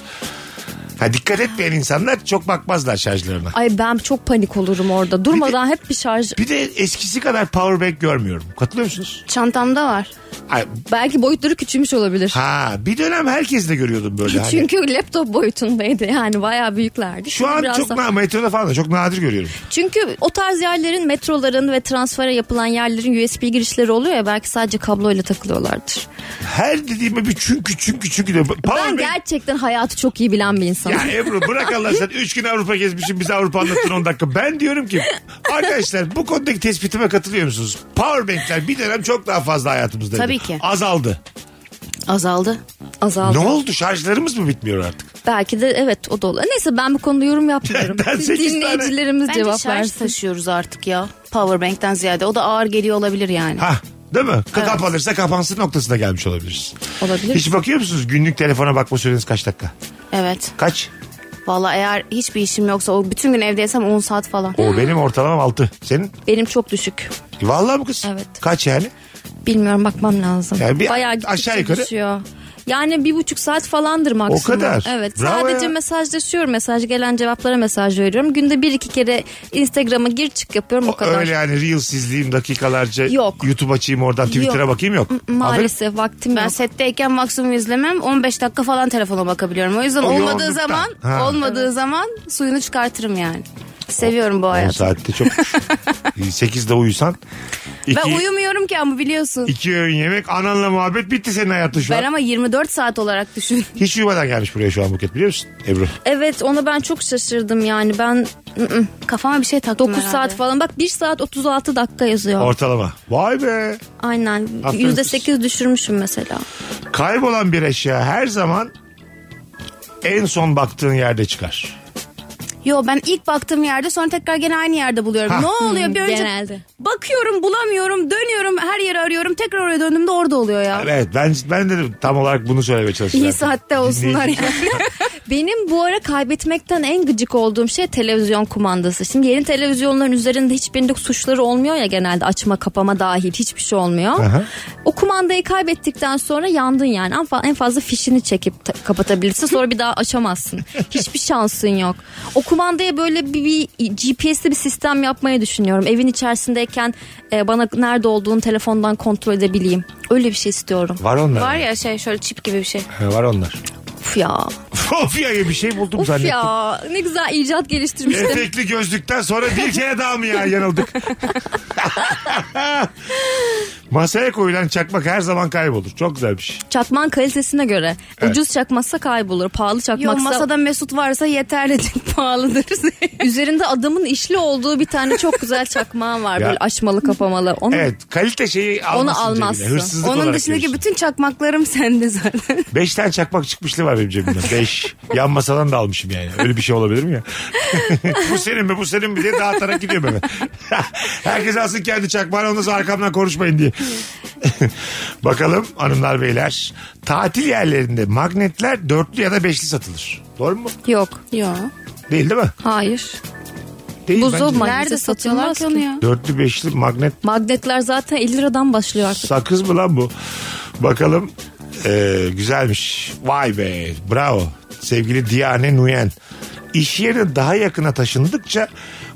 S1: Ha dikkat etmeyen insanlar çok bakmazlar şarjlarına.
S2: Ay ben çok panik olurum orada. Durmadan hep bir şarj.
S1: Bir de eskisi kadar power bank görmüyorum. Katılıyor musunuz?
S3: Çantamda var.
S1: Ay,
S2: Belki boyutları küçülmüş olabilir.
S1: ha bir dönem herkes de görüyordum böyle. hani.
S2: Çünkü laptop boyutundaydı yani bayağı büyüklerdi.
S1: Şu
S2: Şimdi
S1: an
S2: biraz
S1: çok
S2: da-
S1: na- metroda falan da çok nadir görüyorum.
S2: Çünkü o tarz yerlerin metroların ve transfere yapılan yerlerin USB girişleri oluyor ya belki sadece kabloyla takılıyorlardır.
S1: Her dediğime bir çünkü çünkü çünkü de power
S2: Ben
S1: bank.
S2: gerçekten hayatı çok iyi bilen bir insanım.
S1: Ya Ebru bırak Allah
S2: [laughs]
S1: sen 3 gün Avrupa gezmişsin bize Avrupa anlattın 10 dakika. Ben diyorum ki arkadaşlar bu konudaki tespitime katılıyor musunuz? Powerbankler bir dönem çok daha fazla hayatımızda.
S3: Tabii ki.
S1: Azaldı.
S3: Azaldı.
S2: Azaldı.
S1: Ne oldu şarjlarımız mı bitmiyor artık?
S2: Belki de evet o da olur. Neyse ben bu konuda yorum yapmıyorum.
S1: [laughs] Ben
S2: Siz
S1: sekiz
S2: Dinleyicilerimiz
S3: Bence
S2: cevap
S3: şarj
S2: versin.
S3: taşıyoruz artık ya. Powerbank'ten ziyade. O da ağır geliyor olabilir yani.
S1: Ha değil mi? Ka- Kapanırsa kapansın noktasına gelmiş olabiliriz.
S2: Olabilir.
S1: Hiç bakıyor musunuz? Günlük telefona bakma süreniz kaç dakika?
S3: Evet.
S1: Kaç?
S3: Valla eğer hiçbir işim yoksa o bütün gün evdeysem 10 saat falan.
S2: Hmm.
S1: O benim ortalamam 6. Senin?
S2: Benim çok düşük.
S1: E, Vallahi mi kız?
S2: Evet.
S1: Kaç yani?
S2: Bilmiyorum bakmam lazım.
S1: Yani bir
S2: gittikçe
S1: aşağı yukarı.
S2: düşüyor. Yani bir buçuk saat falandır maksimum.
S1: kadar.
S2: Evet.
S1: Bravo
S2: sadece
S1: ya.
S2: mesajlaşıyorum. Mesaj gelen cevaplara mesaj veriyorum. Günde bir iki kere Instagram'a gir çık yapıyorum o kadar.
S1: Öyle yani Reels izleyeyim dakikalarca.
S2: Yok.
S1: YouTube açayım oradan Twitter'a
S2: Yok.
S1: bakayım yok. Aferin.
S2: Maalesef vaktim
S3: Ben
S2: yok.
S3: setteyken maksimum izlemem 15 dakika falan telefona bakabiliyorum. O yüzden
S1: O
S3: olmadığı
S1: yoğunluktan.
S3: zaman
S1: Ha.
S3: olmadığı zaman suyunu çıkartırım yani. Seviyorum bu
S1: 10
S3: hayatı.
S1: saatte
S3: [laughs]
S1: çok. 8'de uyusan. Iki,
S3: Ben uyumuyorum ki ama biliyorsun.
S1: iki öğün yemek ananla muhabbet bitti senin hayatın şu
S3: Ben
S1: an.
S3: ama 24 saat olarak düşün.
S1: Hiç uyumadan gelmiş buraya şu an Buket biliyor musun Ebru?
S2: Evet ona ben çok şaşırdım yani. Ben ı-ı,
S3: Kafama bir şey taktım
S2: 9 saat falan. Bak 1 saat 36 dakika yazıyor.
S1: Ortalama. Vay be.
S2: Aynen.
S1: Aferin
S2: yüzde %8 düşürmüşüm mesela.
S1: Kaybolan bir eşya her zaman en son baktığın yerde çıkar.
S3: [laughs] Yo ben ilk baktığım yerde sonra tekrar gene aynı yerde buluyorum.
S1: Ha.
S3: Ne
S2: Hmm,
S3: oluyor bir önce
S2: genelde.
S3: bakıyorum bulamıyorum dönüyorum her yeri arıyorum tekrar oraya döndüğümde orada oluyor ya.
S1: Evet ben ben de tam olarak bunu söylemeye çalışıyorum.
S3: İyi saatte olsunlar ya.
S2: Benim bu ara kaybetmekten en gıcık olduğum şey televizyon kumandası. Şimdi yeni televizyonların üzerinde hiçbirinde suçları olmuyor ya genelde açma kapama dahil hiçbir şey olmuyor.
S1: Aha.
S2: O kumandayı kaybettikten sonra yandın yani en, fa- en fazla fişini çekip ta- kapatabilirsin sonra bir
S1: [laughs]
S2: daha açamazsın. Hiçbir şansın yok. O kumandaya böyle bir, bir GPS'li bir sistem yapmayı düşünüyorum. Evin içerisindeyken e, bana nerede olduğunu telefondan kontrol edebileyim. Öyle bir şey istiyorum.
S1: Var onlar.
S3: Var ya şey şöyle çip gibi bir şey.
S1: Ha, var onlar. [laughs]
S2: Uf ya.
S1: of ya bir şey buldum
S2: Uf
S1: zannettim.
S2: ya. Ne güzel icat
S1: [laughs]
S2: geliştirmiştim.
S1: Efekli gözlükten sonra bir kere daha mı ya
S3: [laughs]
S1: yanıldık? Masaya koyulan çakmak her zaman kaybolur. Çok güzel bir şey.
S2: Çakman kalitesine göre. Ucuz çakmazsa kaybolur. Pahalı
S3: Yo
S2: çakmaksa
S3: masada Mesut varsa yeterli. [laughs] pahalıdır.
S2: [laughs] Üzerinde adamın işli olduğu bir tane çok güzel çakmağım var.
S1: Ya.
S2: Böyle açmalı kapamalı. Onu
S1: Evet kalite şeyi almasın.
S2: almazsın.
S1: cebine. Hırsızlık
S3: Onun
S1: olarak
S3: dışındaki
S1: görürsün.
S3: bütün çakmaklarım sende zaten.
S1: Beş tane çakmak çıkmışlığı var benim cebimden. Beş. Yan masadan da almışım yani. Öyle bir şey olabilir mi ya? [laughs] bu senin mi bu senin mi diye dağıtarak gidiyorum hemen. [laughs] Herkes alsın kendi çakmağını ondan sonra arkamdan konuşmayın diye. [laughs] Bakalım hanımlar beyler. Tatil yerlerinde magnetler dörtlü ya da beşli satılır. Doğru mu?
S2: yok.
S3: Yok.
S1: Değil değil mi?
S2: Hayır.
S1: Değil
S2: Buzdolabı
S1: bence.
S2: magneti
S3: Nerede satıyorlar
S2: satılmaz
S3: ki onu
S2: ki.
S3: ya?
S1: Dörtlü beşli magnet
S2: Magnetler zaten 50 liradan başlıyor artık.
S1: sakız mı lan bu? Bakalım. Ee, güzelmiş. Vay be. Bravo. Sevgili Diane Nuyen. İş yerine daha yakına taşındıkça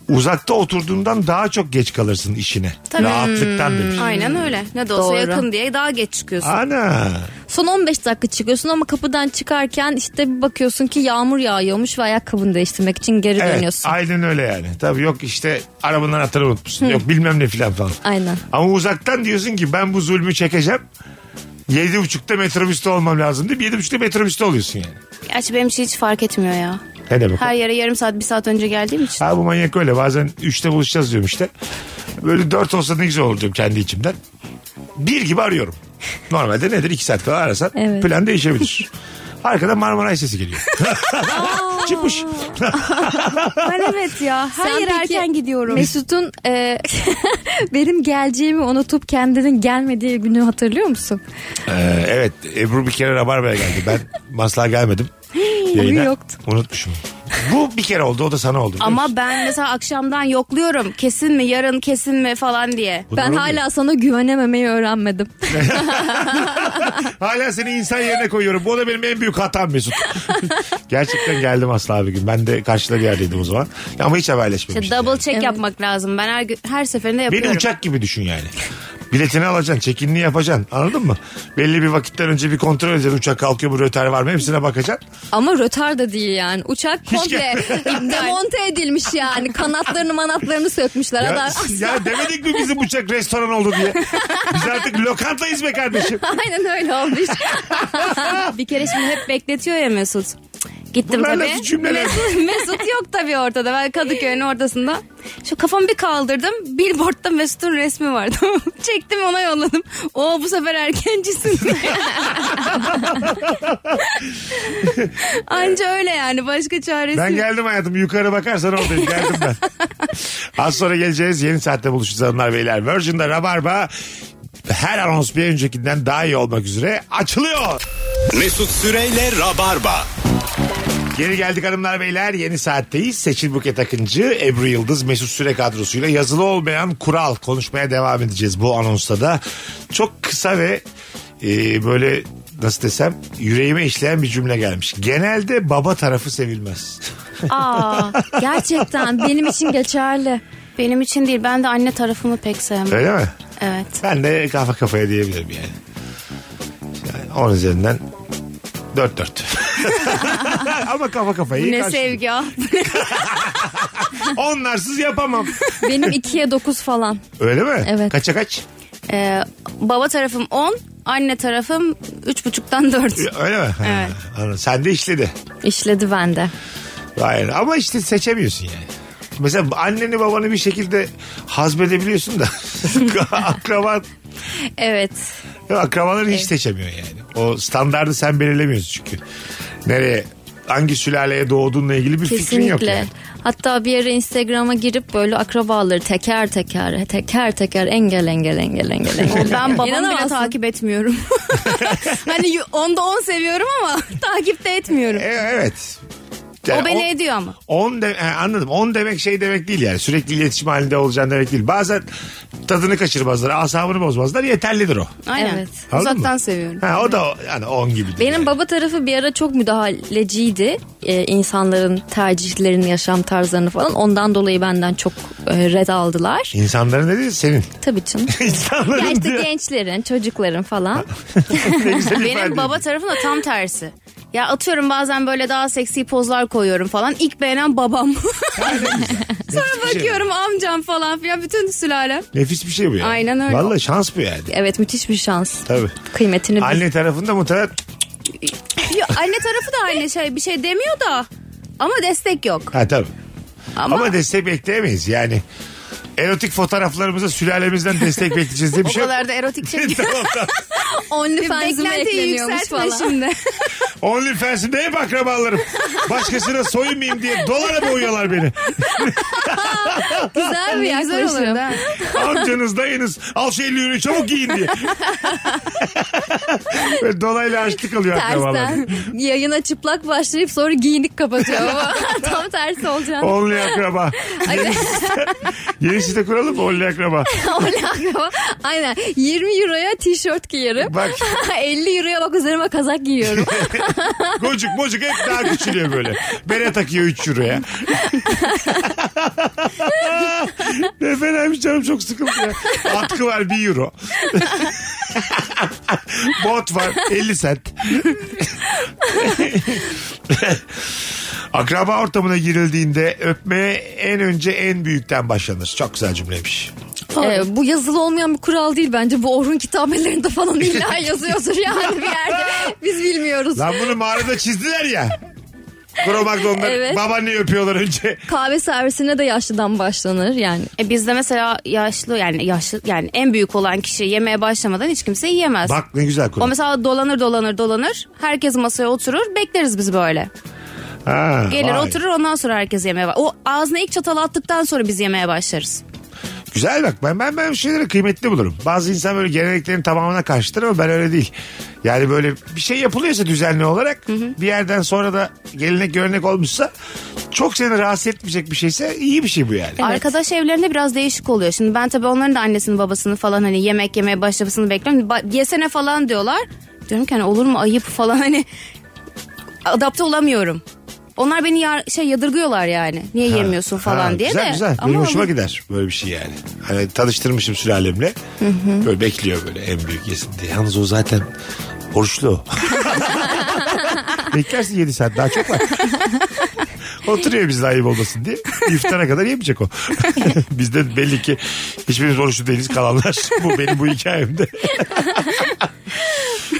S1: uzakta oturduğundan daha çok geç kalırsın işine. Rahatlıktan demiş.
S3: Hmm.
S2: Hmm.
S3: Aynen öyle. Ne de olsa
S2: Doğru.
S3: yakın diye daha geç çıkıyorsun.
S1: Ana.
S2: Son 15 dakika çıkıyorsun ama kapıdan çıkarken işte bir bakıyorsun ki yağmur yağıyormuş ve ayakkabını değiştirmek için geri
S1: Evet,
S2: dönüyorsun.
S1: aynen öyle yani. Tabii yok işte arabandan atarı unutmuşsun. Yok bilmem ne filan falan.
S2: Aynen.
S1: Ama uzaktan diyorsun ki ben bu zulmü çekeceğim. Yedi buçukta metrobüste olmam lazım deyip yedi buçukta metrobüste oluyorsun yani.
S3: Gerçi benim şey hiç fark etmiyor ya.
S1: Ne demek o?
S3: Her yere yarım saat bir saat önce geldiğim için.
S1: Ha bu manyak öyle bazen 3'te buluşacağız diyorum işte. Böyle 4 olsa ne güzel olur diyorum kendi içimden. Bir gibi arıyorum. Normalde nedir 2 saat kadar arasan
S2: Evet.
S1: plan değişebilir. Arkadan Marmaray sesi geliyor. Çıkmış.
S3: Ben evet ya. Her
S2: Sen
S3: yere
S2: peki
S3: erken gidiyorum.
S2: Mesut'un
S3: [laughs]
S2: e, benim geleceğimi unutup kendinin gelmediği günü hatırlıyor musun?
S1: Ee, evet Ebru bir kere Rabarba'ya geldi. Ben masla gelmedim.
S2: Onu yoktu.
S1: Unutmuşum. Bu bir kere oldu o da sana oldu. biliyor musun?
S3: Ama ben mesela akşamdan yokluyorum. Kesin mi yarın kesin mi falan diye.
S1: Bu
S2: ben
S1: doğru
S2: hala sana güvenememeyi öğrenmedim.
S1: Hala seni insan yerine koyuyorum. Bu da benim en büyük hatam Mesut. Gerçekten geldim asla bir gün. Ben de karşıda bir yerdeydim o zaman. Ama hiç haberleşmemiştim.
S3: İşte double check
S2: Evet.
S3: yapmak lazım. Ben her, gü- her seferinde
S1: Beni
S3: yapıyorum.
S1: [laughs] uçak gibi düşün yani. Biletini alacaksın, çekinini yapacaksın. Anladın mı? Belli bir vakitten önce bir kontrol edeceksin. Uçak kalkıyor mu, röter var mı? Hepsine bakacaksın.
S2: Ama rötar da değil yani. Uçak komple
S3: gel-
S2: [laughs] demonte edilmiş yani. Kanatlarını manatlarını sökmüşler.
S1: Ya,
S2: Adam-
S1: [laughs] ya demedik mi bizim uçak restoran oldu diye? Biz artık lokantayız be kardeşim.
S2: Aynen öyle olmuş.
S3: [laughs] Bir kere şimdi hep bekletiyor ya Mesut. Cık, Gittim
S1: Bunlar
S3: tabii.
S1: nasıl cümleler?
S3: [laughs] Mesut, Mesut yok tabii ortada. Ben Kadıköy'ün ortasında. Şu kafamı bir kaldırdım. Billboard'da Mesut'un resmi vardı. [laughs] Çektim ona yolladım. O bu sefer erkencisin. [laughs] Anca öyle yani. Başka çaresi
S1: Ben
S3: yok.
S1: geldim hayatım. Yukarı bakarsan oradayım. Geldim ben. Az sonra geleceğiz. Yeni saatte buluşacağız hanımlar beyler. Virgin'de Rabarba her anons bir öncekinden daha iyi olmak üzere açılıyor.
S4: Mesut Süreyle Rabarba.
S1: Geri geldik hanımlar beyler. Yeni saatteyiz. Seçil Buket Akıncı, Ebru Yıldız, Mesut Süre kadrosuyla yazılı olmayan kural konuşmaya devam edeceğiz bu anonsta da. Çok kısa ve e, böyle nasıl desem yüreğime işleyen bir cümle gelmiş. Genelde baba tarafı sevilmez. [laughs]
S3: Aa,
S2: [laughs] Gerçekten benim için geçerli.
S3: benim için değil. Ben de anne tarafımı pek sevmem.
S1: Öyle mi?
S3: Evet.
S1: Ben de kafa kafaya diyebilirim yani. yani onun üzerinden dört dört. [laughs] Ama kafa kafayı iyi
S3: Ne
S1: karşıladım.
S3: sevgi ah.
S1: Onlarsız yapamam.
S2: Benim 2'ye 9 falan. E,
S1: Öyle mi?
S2: Evet.
S1: Kaça kaç?
S3: Ee, baba tarafım 10, anne tarafım 3,5'tan 4.
S1: Öyle mi? Ha,
S3: Evet.
S1: anladım. Sen de işledi.
S2: İşledi bende.
S1: Hayır ama işte seçemiyorsun yani. Mesela anneni babanı bir şekilde hazmedebiliyorsun da
S3: [laughs]
S1: [laughs] akraba
S2: Evet.
S1: akrabaları hiç seçemiyor yani. O standardı sen belirlemiyorsun çünkü. Nereye hangi sülaleye doğduğunla ilgili bir fikrin yok
S2: Kesinlikle.
S1: yani.
S2: Hatta bir yere Instagram'a girip böyle akrabaları teker teker teker teker engel engel engel
S1: [laughs]
S2: engel. engel.
S3: Ben babamı bile
S2: İnanamazsın.
S3: takip etmiyorum. [laughs] hani y- onda 10 seviyorum ama [laughs] takipte etmiyorum.
S1: E, evet. Yani
S3: O beni
S1: on-
S3: ediyor ama.
S1: on de, he, anladım. 10 demek şey demek değil yani. Sürekli iletişim halinde olacağın demek değil. Bazen tadını kaçırmazlar, asabını bozmazlar. Yeterlidir o.
S3: Aynen.
S2: Evet.
S1: Anladın
S3: Uzaktan
S1: mı?
S3: seviyorum.
S1: Ha, o da o- yani 10 gibi. değil yani.
S2: Benim baba tarafı bir ara çok müdahaleciydi. Ee, insanların tercihlerini, yaşam tarzlarını falan. Ondan dolayı benden çok e, red aldılar.
S1: İnsanların dediği senin. [laughs]
S2: Tabii canım.
S1: İnsanların
S2: Ya işte
S1: diyor.
S2: gençlerin,
S1: [laughs]
S2: çocukların falan.
S1: Ne güzel ifade
S3: Benim baba tarafım da tam tersi. Ya atıyorum bazen böyle daha seksi pozlar koyuyorum falan. İlk beğenen babam. [laughs]
S1: Nefis bir şey.
S3: Bakıyorum amcam falan filan bütün sülalem.
S1: Nefis bir şey bu yani.
S3: Aynen öyle.
S1: Valla şans bu yani.
S2: Evet müthiş bir şans.
S1: Tabii.
S2: Kıymetini bil.
S1: Anne tarafında muhtemelen
S3: Ya anne tarafı da aynı şey bir şey demiyor da. Ama destek yok.
S1: Ha tabii. Ama,
S3: Ama-
S1: destek bekleyemeyiz yani. Erotik fotoğraflarımıza sülalemizden destek bekleyeceğiz diye [laughs] bir
S3: [laughs] O
S1: şey yok.
S3: kadar da erotik şey. [laughs]
S1: tamam tamam.
S2: OnlyFans'ıma
S3: Beklentiyi
S2: ekleniyormuş
S3: yükseltme
S2: falan.
S3: şimdi.
S1: OnlyFans'imde hep akrabalarım. Başkasına soyunmayayım diye dolara boyuyorlar beni.
S2: Güzel bir
S3: Ne güzel
S2: yaklaşım.
S3: olur da.
S1: Amcanız dayınız al şu 50 euroyu çabuk giyin
S3: [laughs]
S1: diye. Böyle dolaylı açlık alıyor akrabalar.
S2: Tersten yayına çıplak başlayıp sonra
S1: [laughs]
S2: giyinik kapatıyor ama tam tersi olacak.
S1: Only akraba. [laughs] Yeni site- Yeni site kuralım mı? Only akraba.
S2: [laughs] Öyle aklıma- Aynen 20 euroya tişört giyerim. [laughs]
S1: Bak
S2: 50 euroya bak üzerime kazak giyiyorum.
S1: gocuk mocuk hep daha küçülüyor böyle. Bere takıyor 3 euroya. ne fenaymış canım çok sıkıldı ya. Atkı var 1 euro. Bot var 50 sent. Akraba ortamına girildiğinde öpmeye en önce en büyükten başlanır. Çok güzel cümleymiş.
S2: Ee, bu yazılı olmayan bir kural değil bence. Bu Orhun kitabelerinde falan illa yazıyordur yani bir yerde. Biz bilmiyoruz.
S1: Lan
S3: [laughs]
S1: bunu mağarada çizdiler ya. Kromagnonlar
S2: Evet.
S1: babaanneyi öpüyorlar önce.
S2: Kahve servisine de yaşlıdan başlanır yani.
S3: E bizde mesela yaşlı yani yaşlı yani en büyük olan kişi yemeğe başlamadan hiç kimse yiyemez.
S1: Bak ne güzel
S3: O
S1: konu.
S3: mesela dolanır dolanır dolanır. Herkes masaya oturur. Bekleriz biz böyle.
S1: Ha,
S3: Gelir
S1: vay.
S3: oturur ondan sonra herkes yemeğe var. O ağzına ilk çatalı attıktan sonra biz yemeye başlarız.
S1: Güzel bak ben ben ben şeyleri kıymetli bulurum. Bazı insan böyle geleneklerin tamamına karşıtır ama ben öyle değil. Yani böyle bir şey yapılıyorsa düzenli olarak bir yerden sonra da gelenek görenek olmuşsa çok seni rahatsız etmeyecek bir şeyse iyi bir şey bu yani.
S3: Arkadaş evlerinde biraz değişik oluyor. Şimdi ben tabii onların da annesini babasını falan hani yemek yemeye başlamasını bekliyorum. Ba- yesene falan diyorlar. Diyorum ki hani olur mu ayıp falan hani adapte olamıyorum. Onlar beni ya- şey yadırgıyorlar yani. Niye yemiyorsun falan
S1: Ha,
S3: diye
S1: güzel,
S3: de.
S1: Güzel
S3: Ama
S1: Benim hoşuma
S3: bu-
S1: gider böyle bir şey yani. Hani tanıştırmışım sülalemle. Böyle bekliyor böyle en büyük yesin diye. Yalnız o zaten oruçlu.
S3: [laughs]
S1: o. Beklersin 7 saat daha çok var. Oturuyor bizde ayıp olmasın diye. İftara kadar yemeyecek
S3: [laughs]
S1: o. Bizde belli ki hiçbirimiz oruçlu değiliz kalanlar. Bu benim bu hikayemde.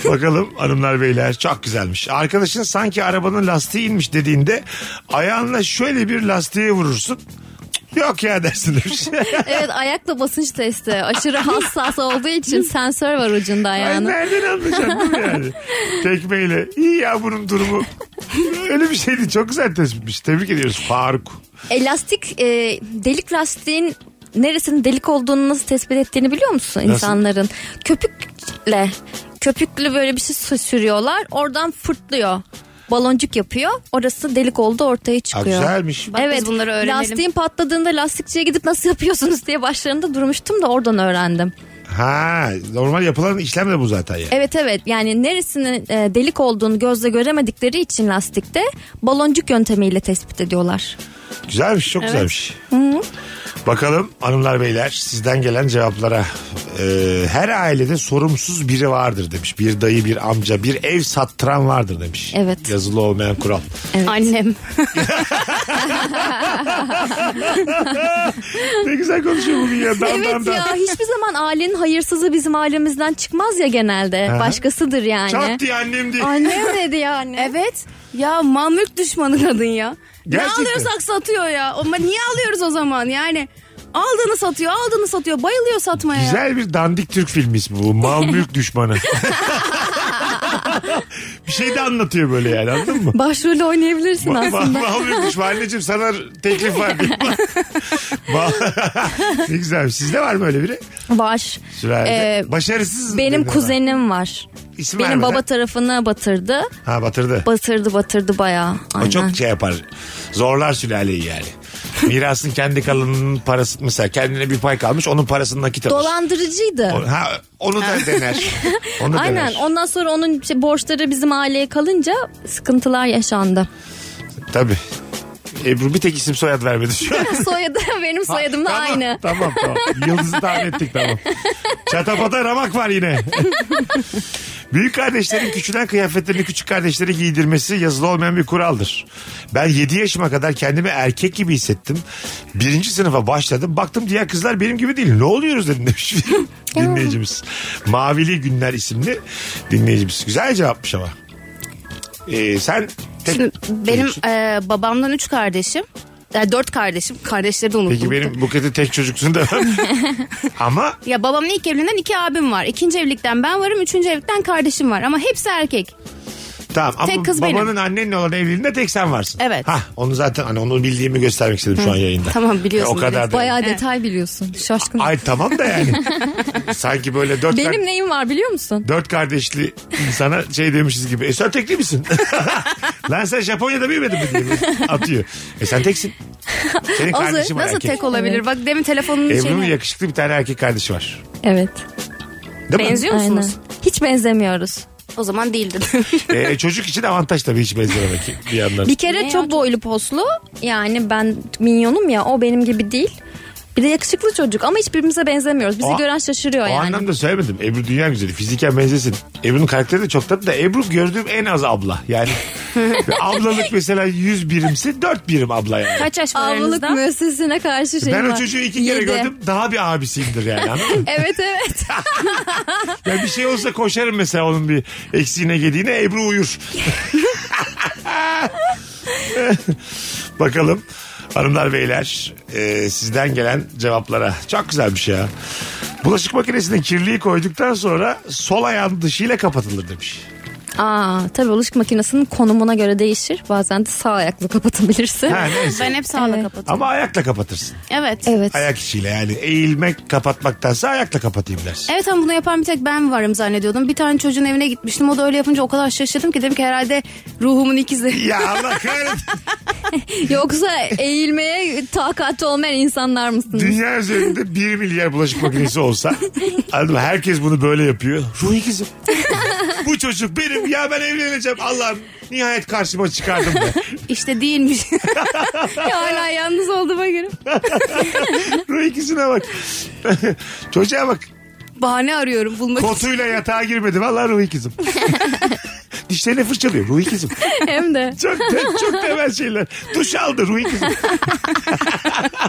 S1: Bakalım hanımlar beyler çok güzelmiş. Arkadaşın sanki arabanın lastiği inmiş dediğinde ayağınla şöyle bir lastiğe vurursun. Cık, Yok ya dersin demiş. [laughs]
S2: Evet ayakla basınç testi aşırı hassas olduğu için sensör var ucunda
S1: Ay
S2: ayağının.
S1: nereden anlayacağım değil mi yani? Tekmeyle. İyi ya bunun durumu. Öyle bir şeydi. Çok güzel tespitmiş. Tebrik ediyoruz Faruk.
S2: Elastik e, delik lastiğin neresinin delik olduğunu nasıl tespit ettiğini biliyor musun insanların? Köpükle köpüklü böyle bir şey sü- sürüyorlar oradan fırtlıyor. Baloncuk yapıyor. Orası delik oldu ortaya
S1: Ha,
S2: çıkıyor.
S1: güzelmiş.
S3: Bak biz
S2: evet
S3: bunları öğrenelim.
S2: lastiğin patladığında lastikçiye gidip nasıl yapıyorsunuz diye başlarında durmuştum da oradan öğrendim.
S1: Ha normal yapılan işlem de bu zaten yani.
S2: Evet evet yani neresinin e, delik olduğunu gözle göremedikleri için lastikte baloncuk yöntemiyle tespit ediyorlar.
S1: Güzelmiş çok güzelmiş. Bakalım hanımlar beyler sizden gelen cevaplara. Ee, her ailede sorumsuz biri vardır demiş. Bir dayı bir amca bir ev sattıran vardır demiş.
S2: Evet.
S1: Yazılı olmayan kural.
S3: Annem.
S1: ne güzel konuşuyor bugün ya. Dan,
S2: Evet
S1: dan, dan.
S2: ya hiçbir zaman ailenin hayırsızı bizim ailemizden çıkmaz ya genelde.
S1: Aha.
S2: Başkasıdır yani.
S1: Çat diye annem diye.
S2: Annem dedi yani.
S3: Evet. Ya mamluk düşmanı kadın ya.
S1: Gerçekten.
S3: Ne alıyorsak satıyor ya. Ama niye alıyoruz o zaman yani? Aldığını satıyor, aldığını satıyor. Bayılıyor satmaya.
S1: Güzel bir dandik Türk filmi ismi bu.
S2: [laughs]
S1: Mal mülk düşmanı. bir şey de anlatıyor böyle yani anladın mı?
S2: Başrolü oynayabilirsin
S1: Ma- ma-
S2: aslında.
S1: Mal mülk düşmanı. Anneciğim sana teklif
S2: [laughs]
S1: var diye. Ma- [laughs] ne güzel. Sizde var mı öyle biri?
S2: Var.
S1: Sürer'de.
S2: Ee,
S1: Başarısız.
S2: Benim
S1: dedi
S2: kuzenim var.
S1: ama. İsim
S2: Benim
S1: vermeden-
S2: baba tarafını batırdı.
S1: Ha batırdı.
S2: Batırdı batırdı bayağı.
S1: o çok
S2: Aynen.
S1: şey yapar. Zorlar sülaleyi
S2: [laughs]
S1: yani. Mirasın kendi kalanının parası mesela kendine bir pay kalmış onun parasını nakit alır.
S2: Dolandırıcıydı.
S1: O- Ha, onu
S2: [laughs]
S1: da dener. Onu da
S2: Aynen
S1: dener.
S2: ondan sonra onun şey, borçları bizim aileye kalınca sıkıntılar yaşandı.
S1: Tabii. Ebru bir tek isim soyad vermedi şu an.
S2: Soyadı benim soyadımla
S1: Tamam,
S2: aynı.
S1: Tamam tamam. Yıldız'ı tahmin ettik tamam. Çatapata ramak var yine. Büyük kardeşlerin küçülen kıyafetlerini küçük kardeşlere giydirmesi yazılı olmayan bir kuraldır. Ben 7 yaşıma kadar kendimi erkek gibi hissettim. Birinci sınıfa başladım. Baktım diğer kızlar benim gibi değil. Ne oluyoruz dedim demiş dinleyicimiz. Mavili Günler isimli dinleyicimiz. Güzel cevapmış ama. Ee, sen Tek-
S3: Şimdi benim
S1: çocuk.
S3: e, babamdan üç kardeşim. Yani dört kardeşim. Kardeşleri de unuttum.
S1: Peki benim buketi tek çocuksun demem. Ama
S3: Ya babamın ilk evliliğinden iki abim var. İkinci evlilikten ben varım. Üçüncü evlilikten kardeşim var. Ama
S1: [laughs]
S3: hepsi erkek.
S1: Tamam ama
S3: Tek kız benim.
S1: babanın annenle olan evliliğinde tek sen varsın.
S3: Evet.
S1: Hah onu zaten hani onu bildiğimi göstermek istedim şu an yayında.
S3: Tamam, biliyorsun,
S1: o kadar
S3: biliyorsun.
S1: da.
S2: Bayağı detay biliyorsun. Şaşkın.
S1: Ay tamam da
S3: [laughs]
S1: yani. Sanki böyle dört
S2: Benim
S1: kar-
S2: neyim var biliyor musun?
S1: Dört kardeşli insana şey demişiz gibi. E sen tekli
S3: [laughs]
S1: misin? Lan sen Japonya'da büyümedin mi? diye böyle Atıyor. E sen teksin. Senin
S3: Azı
S1: kardeşin var
S3: nasıl
S1: erkek.
S3: tek şey olabilir?
S2: Evet.
S3: Bak demin telefonun
S1: Ebru'nun
S3: şeyini...
S1: yakışıklı bir tane erkek kardeşi var.
S2: Evet.
S1: Değil mi?
S3: Benziyor musunuz?
S2: Aynen. Hiç benzemiyoruz.
S3: O zaman değildi. [laughs]
S1: E, çocuk için avantaj tabii hiç benzememek bir yandan.
S2: Bir kere
S3: Ne
S2: çok
S3: ya?
S2: boylu poslu. Yani ben minyonum ya o benim gibi değil. Bir de yakışıklı çocuk ama hiçbirimize benzemiyoruz. Bizi
S1: O-
S2: gören şaşırıyor
S1: O
S2: yani. hani-
S1: anlamda söylemedim. Ebru dünya güzeli. Fiziken benzesin. Ebru'nun karakteri de çok tatlı da Ebru gördüğüm en az abla.
S2: [laughs]
S1: Yani ablalık mesela 100 birimsi 4 birim abla yani.
S3: Kaç yaş var
S2: Avlılık
S3: aranızda?
S2: müessesesine karşı şey
S1: ben
S2: var.
S1: o çocuğu iki kere
S2: Yedi.
S1: gördüm daha bir abisiyimdir yani anladın mı? [laughs]
S2: Evet evet.
S1: Ya bir şey olsa koşarım mesela onun bir eksiğine gediğine Ebru uyur. [laughs] Bakalım hanımlar beyler e, sizden gelen cevaplara. Çok güzelmiş ya. Bulaşık makinesine kirliyi koyduktan sonra sol ayağın dışıyla kapatılır demiş.
S2: Aa tabii bulaşık makinesinin konumuna göre değişir. Bazen de sağ ayakla kapatabilirsin.
S1: Ha, neyse.
S3: Ben hep sağla
S2: Evet.
S3: kapatıyorum.
S1: Ama ayakla kapatırsın.
S3: Evet. evet.
S2: Evet.
S1: Ayak içiyle yani eğilmek kapatmaktansa ayakla kapatayım dersin.
S3: ama bunu yapan bir tek ben varım zannediyordum. Bir tane çocuğun evine gitmiştim. O da öyle yapınca o kadar şaşırdım ki dedim ki herhalde ruhumun ikizi.
S1: [laughs] Ya Allah kahretsin.
S2: Yoksa eğilmeye takatli olmayan insanlar mısınız?
S1: Dünya üzerinde 1 milyar bulaşık makinesi olsa anladın mı? herkes bunu böyle yapıyor. Ruhi kızım. Bu çocuk benim ya ben evleneceğim. Allah'ım nihayet karşıma çıkardım be.
S3: işte [laughs] değilmiş. Hala yalnız olduğuma göre.
S1: Ruhi ikisine bak. Çocuğa bak.
S3: Bahane arıyorum bulmak için.
S1: Kotuyla yatağa girmedi. Vallahi Ruhi kızım. Dişlerini fırçalıyor. Ruhi kızım.
S2: Hem de.
S1: Çok te- çok temel şeyler. Duş aldı ruh ikizim.
S2: [laughs]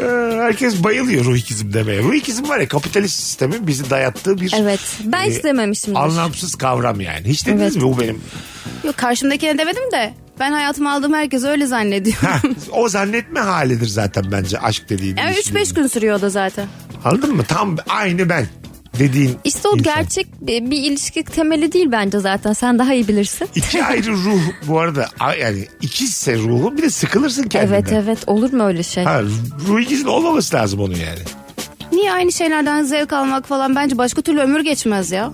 S1: Ee, Herkes bayılıyor ruh ikizim demeye. Ruh ikizim var ya kapitalist sistemin bizi dayattığı bir
S2: Evet. Ben hiç dememişimdir.
S1: anlamsız kavram yani. Hiç dediniz mi bu benim?
S3: Yok karşımdakine demedim de ben hayatıma aldığım herkes öyle zannediyor.
S1: Heh, o zannetme halidir zaten bence aşk dediğin.
S3: [laughs] Yani
S1: ilişkinin.
S3: 3-5 gün sürüyor o da zaten.
S1: Anladın mı? Tam aynı ben dediğin.
S2: İşte o
S1: insan.
S2: gerçek bir, bir ilişki temeli değil bence zaten. Sen daha iyi bilirsin.
S1: İki ayrı ruh bu arada A- yani ikizse ruhun bir de sıkılırsın kendinden.
S2: Evet evet olur mu öyle şey?
S1: Ha, ruh ikizin olmaması lazım onun yani.
S3: Niye aynı şeylerden zevk almak falan bence başka türlü ömür geçmez ya.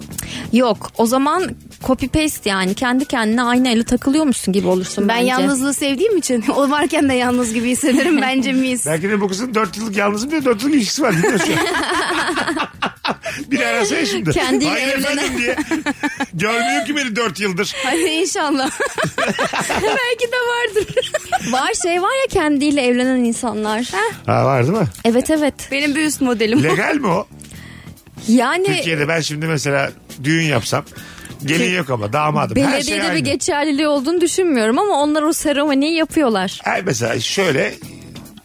S2: Yok o zaman copy paste yani kendi kendine aynı ele takılıyormuşsun gibi olursun
S3: Ben
S2: bence. [laughs]
S3: yalnızlığı sevdiğim için [laughs] o varken de yalnız gibi [laughs] hissederim bence mis.
S1: Belki de bu kızın 4 yıllık yalnızım diye 4 yıllık ilişkisi var. Bilmiyorum şu an.
S2: [laughs]
S1: bir arasaya şimdi.
S2: Kendiyle
S1: Hayır
S2: evlenen.
S1: efendim diye. Görmüyor ki beni 4 yıldır.
S3: Hadi inşallah.
S2: [laughs]
S3: Belki de vardır.
S2: Var şey var ya kendiyle evlenen insanlar.
S1: Ha var değil mi?
S2: Evet evet.
S3: Benim bir üst modelim.
S1: Legal mi o?
S2: Yani
S1: Türkiye'de ben şimdi mesela düğün yapsam. Gelin yok ama damadım. Her şey
S2: belediyede
S1: aynı.
S2: bir geçerliliği olduğunu düşünmüyorum ama onlar o seremoniyi yapıyorlar.
S1: Her mesela şöyle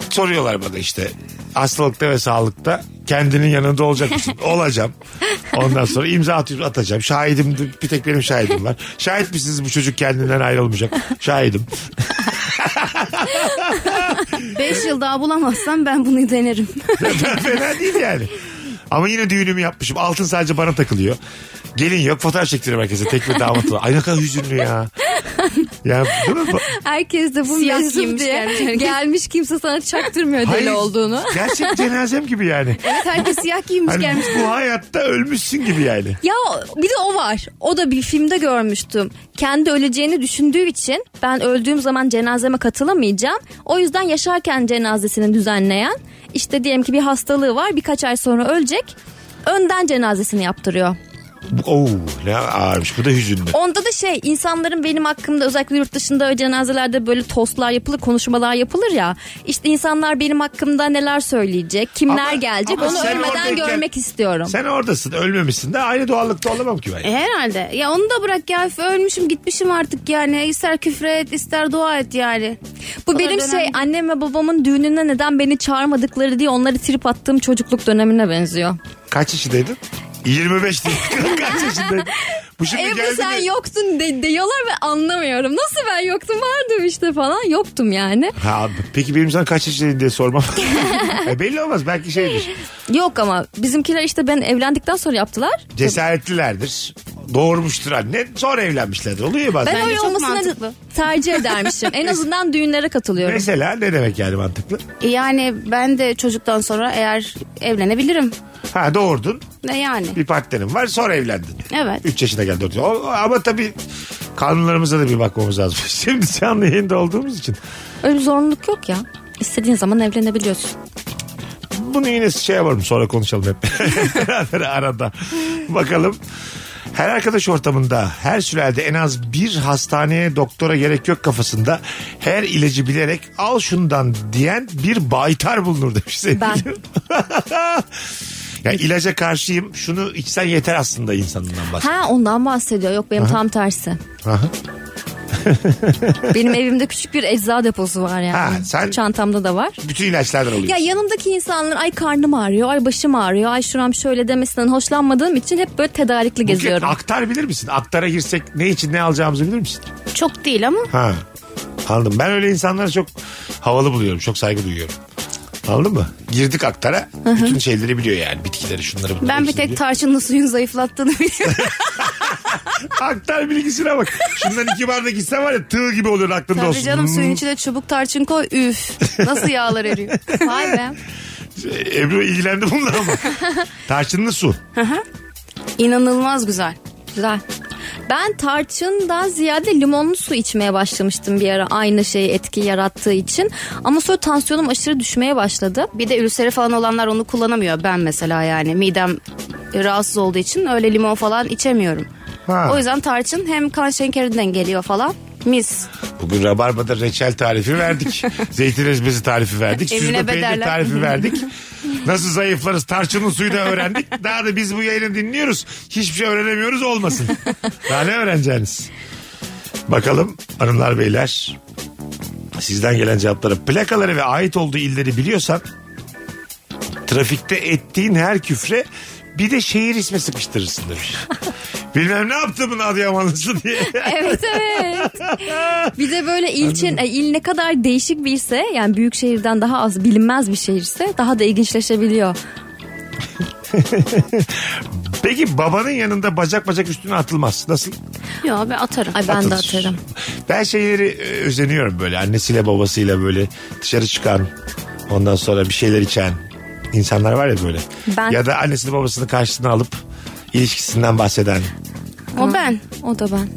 S1: soruyorlar bana işte hastalıkta ve sağlıkta kendinin yanında olacak
S2: [laughs]
S1: mısın? Olacağım. Ondan sonra imza atıp atacağım. Şahidim de- bir tek benim şahidim var. Şahit misiniz bu çocuk kendinden ayrılmayacak? Şahidim.
S3: 5 yıl daha bulamazsam ben bunu denerim.
S1: Fena değil yani. Ama yine düğünümü yapmışım. Altın sadece bana takılıyor. Gelin yok fotoğraf çektiriyorum herkese. Tek bir damat var. Ay ne kadar hüzünlü ya. Ya değil mi?
S2: Herkes de bu
S3: Siyah
S2: mevzu
S3: giymiş
S2: diye
S3: gelmiş.
S2: gelmiş kimse sana çaktırmıyor
S1: Hayır,
S2: deli olduğunu.
S1: Gerçek cenazem gibi yani.
S3: Herkes siyah giymiş
S1: Hani
S3: gelmiş.
S1: bu hayatta ölmüşsün gibi yani.
S2: Ya bir de o var. O da bir filmde görmüştüm. Kendi öleceğini düşündüğü için ben öldüğüm zaman cenazeme katılamayacağım. O yüzden yaşarken cenazesini düzenleyen işte diyelim ki bir hastalığı var birkaç ay sonra ölecek. Önden cenazesini yaptırıyor.
S1: Oo ne ağırmış. Bu da hüzünlü.
S2: Onda da şey insanların benim hakkımda özellikle yurt dışında cenazelerde böyle tostlar yapılır konuşmalar yapılır ya. İşte insanlar benim hakkımda neler söyleyecek kimler
S1: Ama-
S2: gelecek
S1: ama
S2: onu
S1: sen
S2: ölmeden
S1: oradayken-
S2: görmek istiyorum.
S1: Sen oradasın ölmemişsin de aynı doğallıkta olamam ki ben.
S3: E, herhalde. Ya onu da bırak ya. Üf, Ölmüşüm gitmişim artık yani. İster küfre et ister dua et yani. O
S2: Bu
S3: da
S2: benim
S3: dönem-
S2: şey annem ve babamın düğününe neden beni çağırmadıkları diye onları trip attığım çocukluk dönemine benziyor.
S1: [laughs] Kaç yaşındaydın? 25 değil. Kaç yaşındaydın? Bu şimdi
S2: Evde
S1: geldi
S2: sen
S1: de-
S2: yoktun de, diyorlar ve anlamıyorum. Nasıl ben yoktum vardım işte falan. Yoktum yani.
S1: Ha, peki benim sana kaç yaşındaydın diye
S2: [laughs]
S1: sormam. E, belli olmaz belki şeydir.
S2: Yok ama bizimkiler işte ben evlendikten sonra yaptılar.
S1: Cesaretlilerdir. Doğurmuştur anne. Sonra evlenmişlerdir. Oluyor ya bazen.
S2: Ben
S3: Bence
S2: öyle
S3: çok
S2: olmasını hani
S3: mantıklı.
S2: tercih edermişim.
S1: [laughs]
S2: en azından düğünlere katılıyorum.
S1: Mesela ne demek yani mantıklı?
S3: E, Yani ben de çocuktan sonra eğer evlenebilirim.
S1: Ha doğurdun.
S3: Ne yani?
S1: Bir partnerin var sonra evlendin.
S3: Evet.
S1: 3 yaşına geldi. dört- O- Ama tabii kanunlarımıza da bir bakmamız lazım. [laughs] Şimdi canlı yayında olduğumuz için.
S2: Öyle bir zorunluluk yok ya. İstediğin zaman evlenebiliyorsun.
S1: Bunu yine şey yaparım sonra konuşalım
S2: [laughs]
S1: hep. Beraber arada. Bakalım. Her arkadaş ortamında her sürede en az bir hastaneye doktora gerek yok kafasında her ilacı bilerek al şundan diyen bir baytar bulunur demiş sevgili. [laughs] ya ilaca karşıyım şunu içsen yeter aslında insanından bahsediyor.
S2: Ha ondan bahsediyor. Yok benim tam tersi.
S1: Aha.
S2: Benim evimde küçük bir ecza deposu var yani.
S1: Ha, sen-
S2: Çantamda da var.
S1: Bütün ilaçlardan oluyor.
S2: Ya yanımdaki insanların ay karnım ağrıyor, ay başım ağrıyor, ay şuram şöyle demesinden hoşlanmadığım için hep böyle tedarikli
S1: Buket,
S2: geziyorum.
S1: aktar bilir misin? Aktara girsek ne için ne alacağımızı bilir misin?
S3: Çok değil ama
S1: Ha. Anladım. Ben öyle insanları çok havalı buluyorum. Çok saygı duyuyorum. Anladın mı? Girdik aktara. Bütün şeyleri biliyor yani. Bitkileri şunları bunları.
S3: ben bir
S1: hepsini
S3: tek
S1: biliyor.
S3: tarçınlı suyun zayıflattığını biliyorum.
S1: Aktar bilgisine bak. Şundan iki bardak gitsen var ya tığ gibi oluyor aklında
S3: Tabii
S1: olsun.
S3: canım suyun
S1: Hmm.
S3: içine çubuk tarçın koy üf. Nasıl yağlar eriyor. Vay be.
S1: Ebru ilgilendi bunlar
S3: [laughs]
S1: ama. Tarçınlı su.
S3: İnanılmaz güzel.
S2: Güzel. Ben tarçından ziyade limonlu su içmeye başlamıştım bir ara aynı
S3: şey
S2: şeyi etki yarattığı için. Ama sonra tansiyonum aşırı düşmeye başladı.
S3: Bir de ülseri falan olanlar onu kullanamıyor. Ben mesela yani midem rahatsız olduğu için öyle limon falan içemiyorum.
S1: Ha.
S3: O yüzden tarçın hem kan şekerinden geliyor falan. Mis.
S1: Bugün Rabarba'da reçel tarifi verdik. Zeytin ezmesi tarifi verdik.
S3: Emine
S1: Süzme peynir
S3: Bederler.
S1: tarifi verdik. Nasıl zayıflarız tarçının suyu da öğrendik. Daha da biz bu yayını dinliyoruz. Hiçbir şey öğrenemiyoruz olmasın. Daha ne öğreneceğiniz? Bakalım hanımlar beyler. Sizden gelen cevaplara plakaları ve ait olduğu illeri biliyorsan trafikte ettiğin her küfre bir de şehir ismi sıkıştırırsın demiş. Bilmem ne yaptım Adıyamanlısı diye.
S2: [laughs] Evet
S1: [laughs]
S2: evet. Bir de böyle ilçin, e, il ne kadar değişik bir ise yani büyük şehirden daha az bilinmez bir şehirse daha da ilginçleşebiliyor.
S1: Peki babanın yanında bacak bacak üstüne atılmaz. Nasıl?
S3: Yo ben atarım.
S2: Ay ben de
S1: Atılır.
S2: atarım.
S1: Ben şeyleri e, özeniyorum böyle annesiyle babasıyla böyle dışarı çıkan ondan sonra bir şeyler içen insanlar var ya böyle.
S2: Ben-
S1: Ya da annesini babasını karşısına alıp ilişkisinden bahseden.
S3: O ben.
S2: O da ben.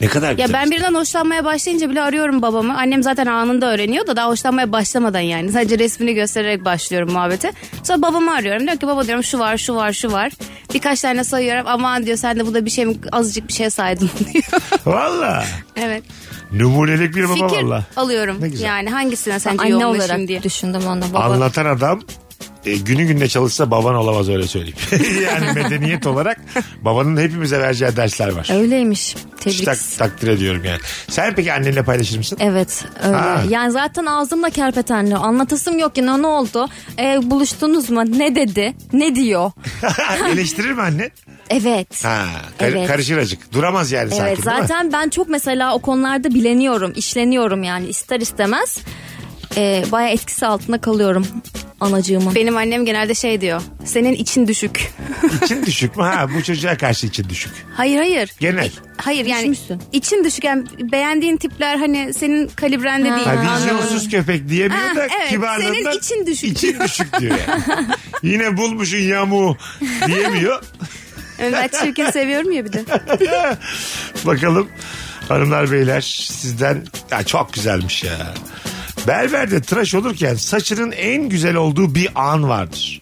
S1: Ne kadar
S3: Ya
S1: güzel.
S3: ben birinden hoşlanmaya başlayınca bile arıyorum babamı. Annem zaten anında öğreniyor da daha hoşlanmaya başlamadan yani. Sadece resmini göstererek başlıyorum muhabbete. Sonra babamı arıyorum. Diyor ki baba diyorum şu var şu var şu var. Birkaç tane sayıyorum. Aman diyor sen de bu da bir şey mi azıcık bir şey saydın [laughs] diyor.
S1: Valla.
S3: evet.
S1: Numunelik bir baba
S3: Fikir
S1: valla.
S3: alıyorum.
S1: Ne güzel.
S3: Yani hangisine sence
S2: Anne
S3: yoğunlaşayım
S2: olarak
S3: diye.
S2: düşündüm onu. Baba.
S1: Anlatan adam e, günü gününe çalışsa baban olamaz öyle söyleyeyim. [laughs] yani medeniyet olarak babanın hepimize vereceği dersler var.
S2: Öyleymiş. Tebrik.
S1: Tak, takdir ediyorum yani. Sen peki annenle paylaşır mısın?
S2: Evet öyle.
S1: Ha.
S2: Yani zaten ağzımla kerpetenli. Anlatasım yok yine ne oldu? E, buluştunuz mu? Ne dedi?
S1: [laughs]
S2: Ne diyor?
S1: Eleştirir mi anne?
S2: Evet.
S1: Ha, kar-
S2: Evet.
S1: karışır acık. Duramaz yani
S2: Evet
S1: sakin değil mi?
S2: zaten ben çok mesela o konularda bileniyorum, işleniyorum yani ister istemez. E, Baya etkisi altında kalıyorum anacığımın.
S3: Benim annem genelde şey diyor. Senin için düşük.
S1: [laughs] İçin düşük mü? Ha bu çocuğa karşı için düşük.
S3: Hayır hayır.
S1: Genel.
S3: E, Hayır yani
S2: Düşmüşsün.
S3: için düşük yani beğendiğin tipler hani senin kalibrende değil.
S1: Ha,
S3: Anladım.
S1: vizyonsuz köpek diyemiyor
S3: Ha,
S1: da
S3: evet,
S1: kibarlığından
S3: senin için düşük
S1: için düşük diyor yani.
S3: [laughs]
S1: Yine bulmuşun yamuğu diyemiyor.
S3: Evet, ben çirkin seviyorum ya bir de.
S1: Bakalım hanımlar beyler sizden ya çok güzelmiş ya. Berberde tıraş olurken saçının en güzel olduğu bir an vardır.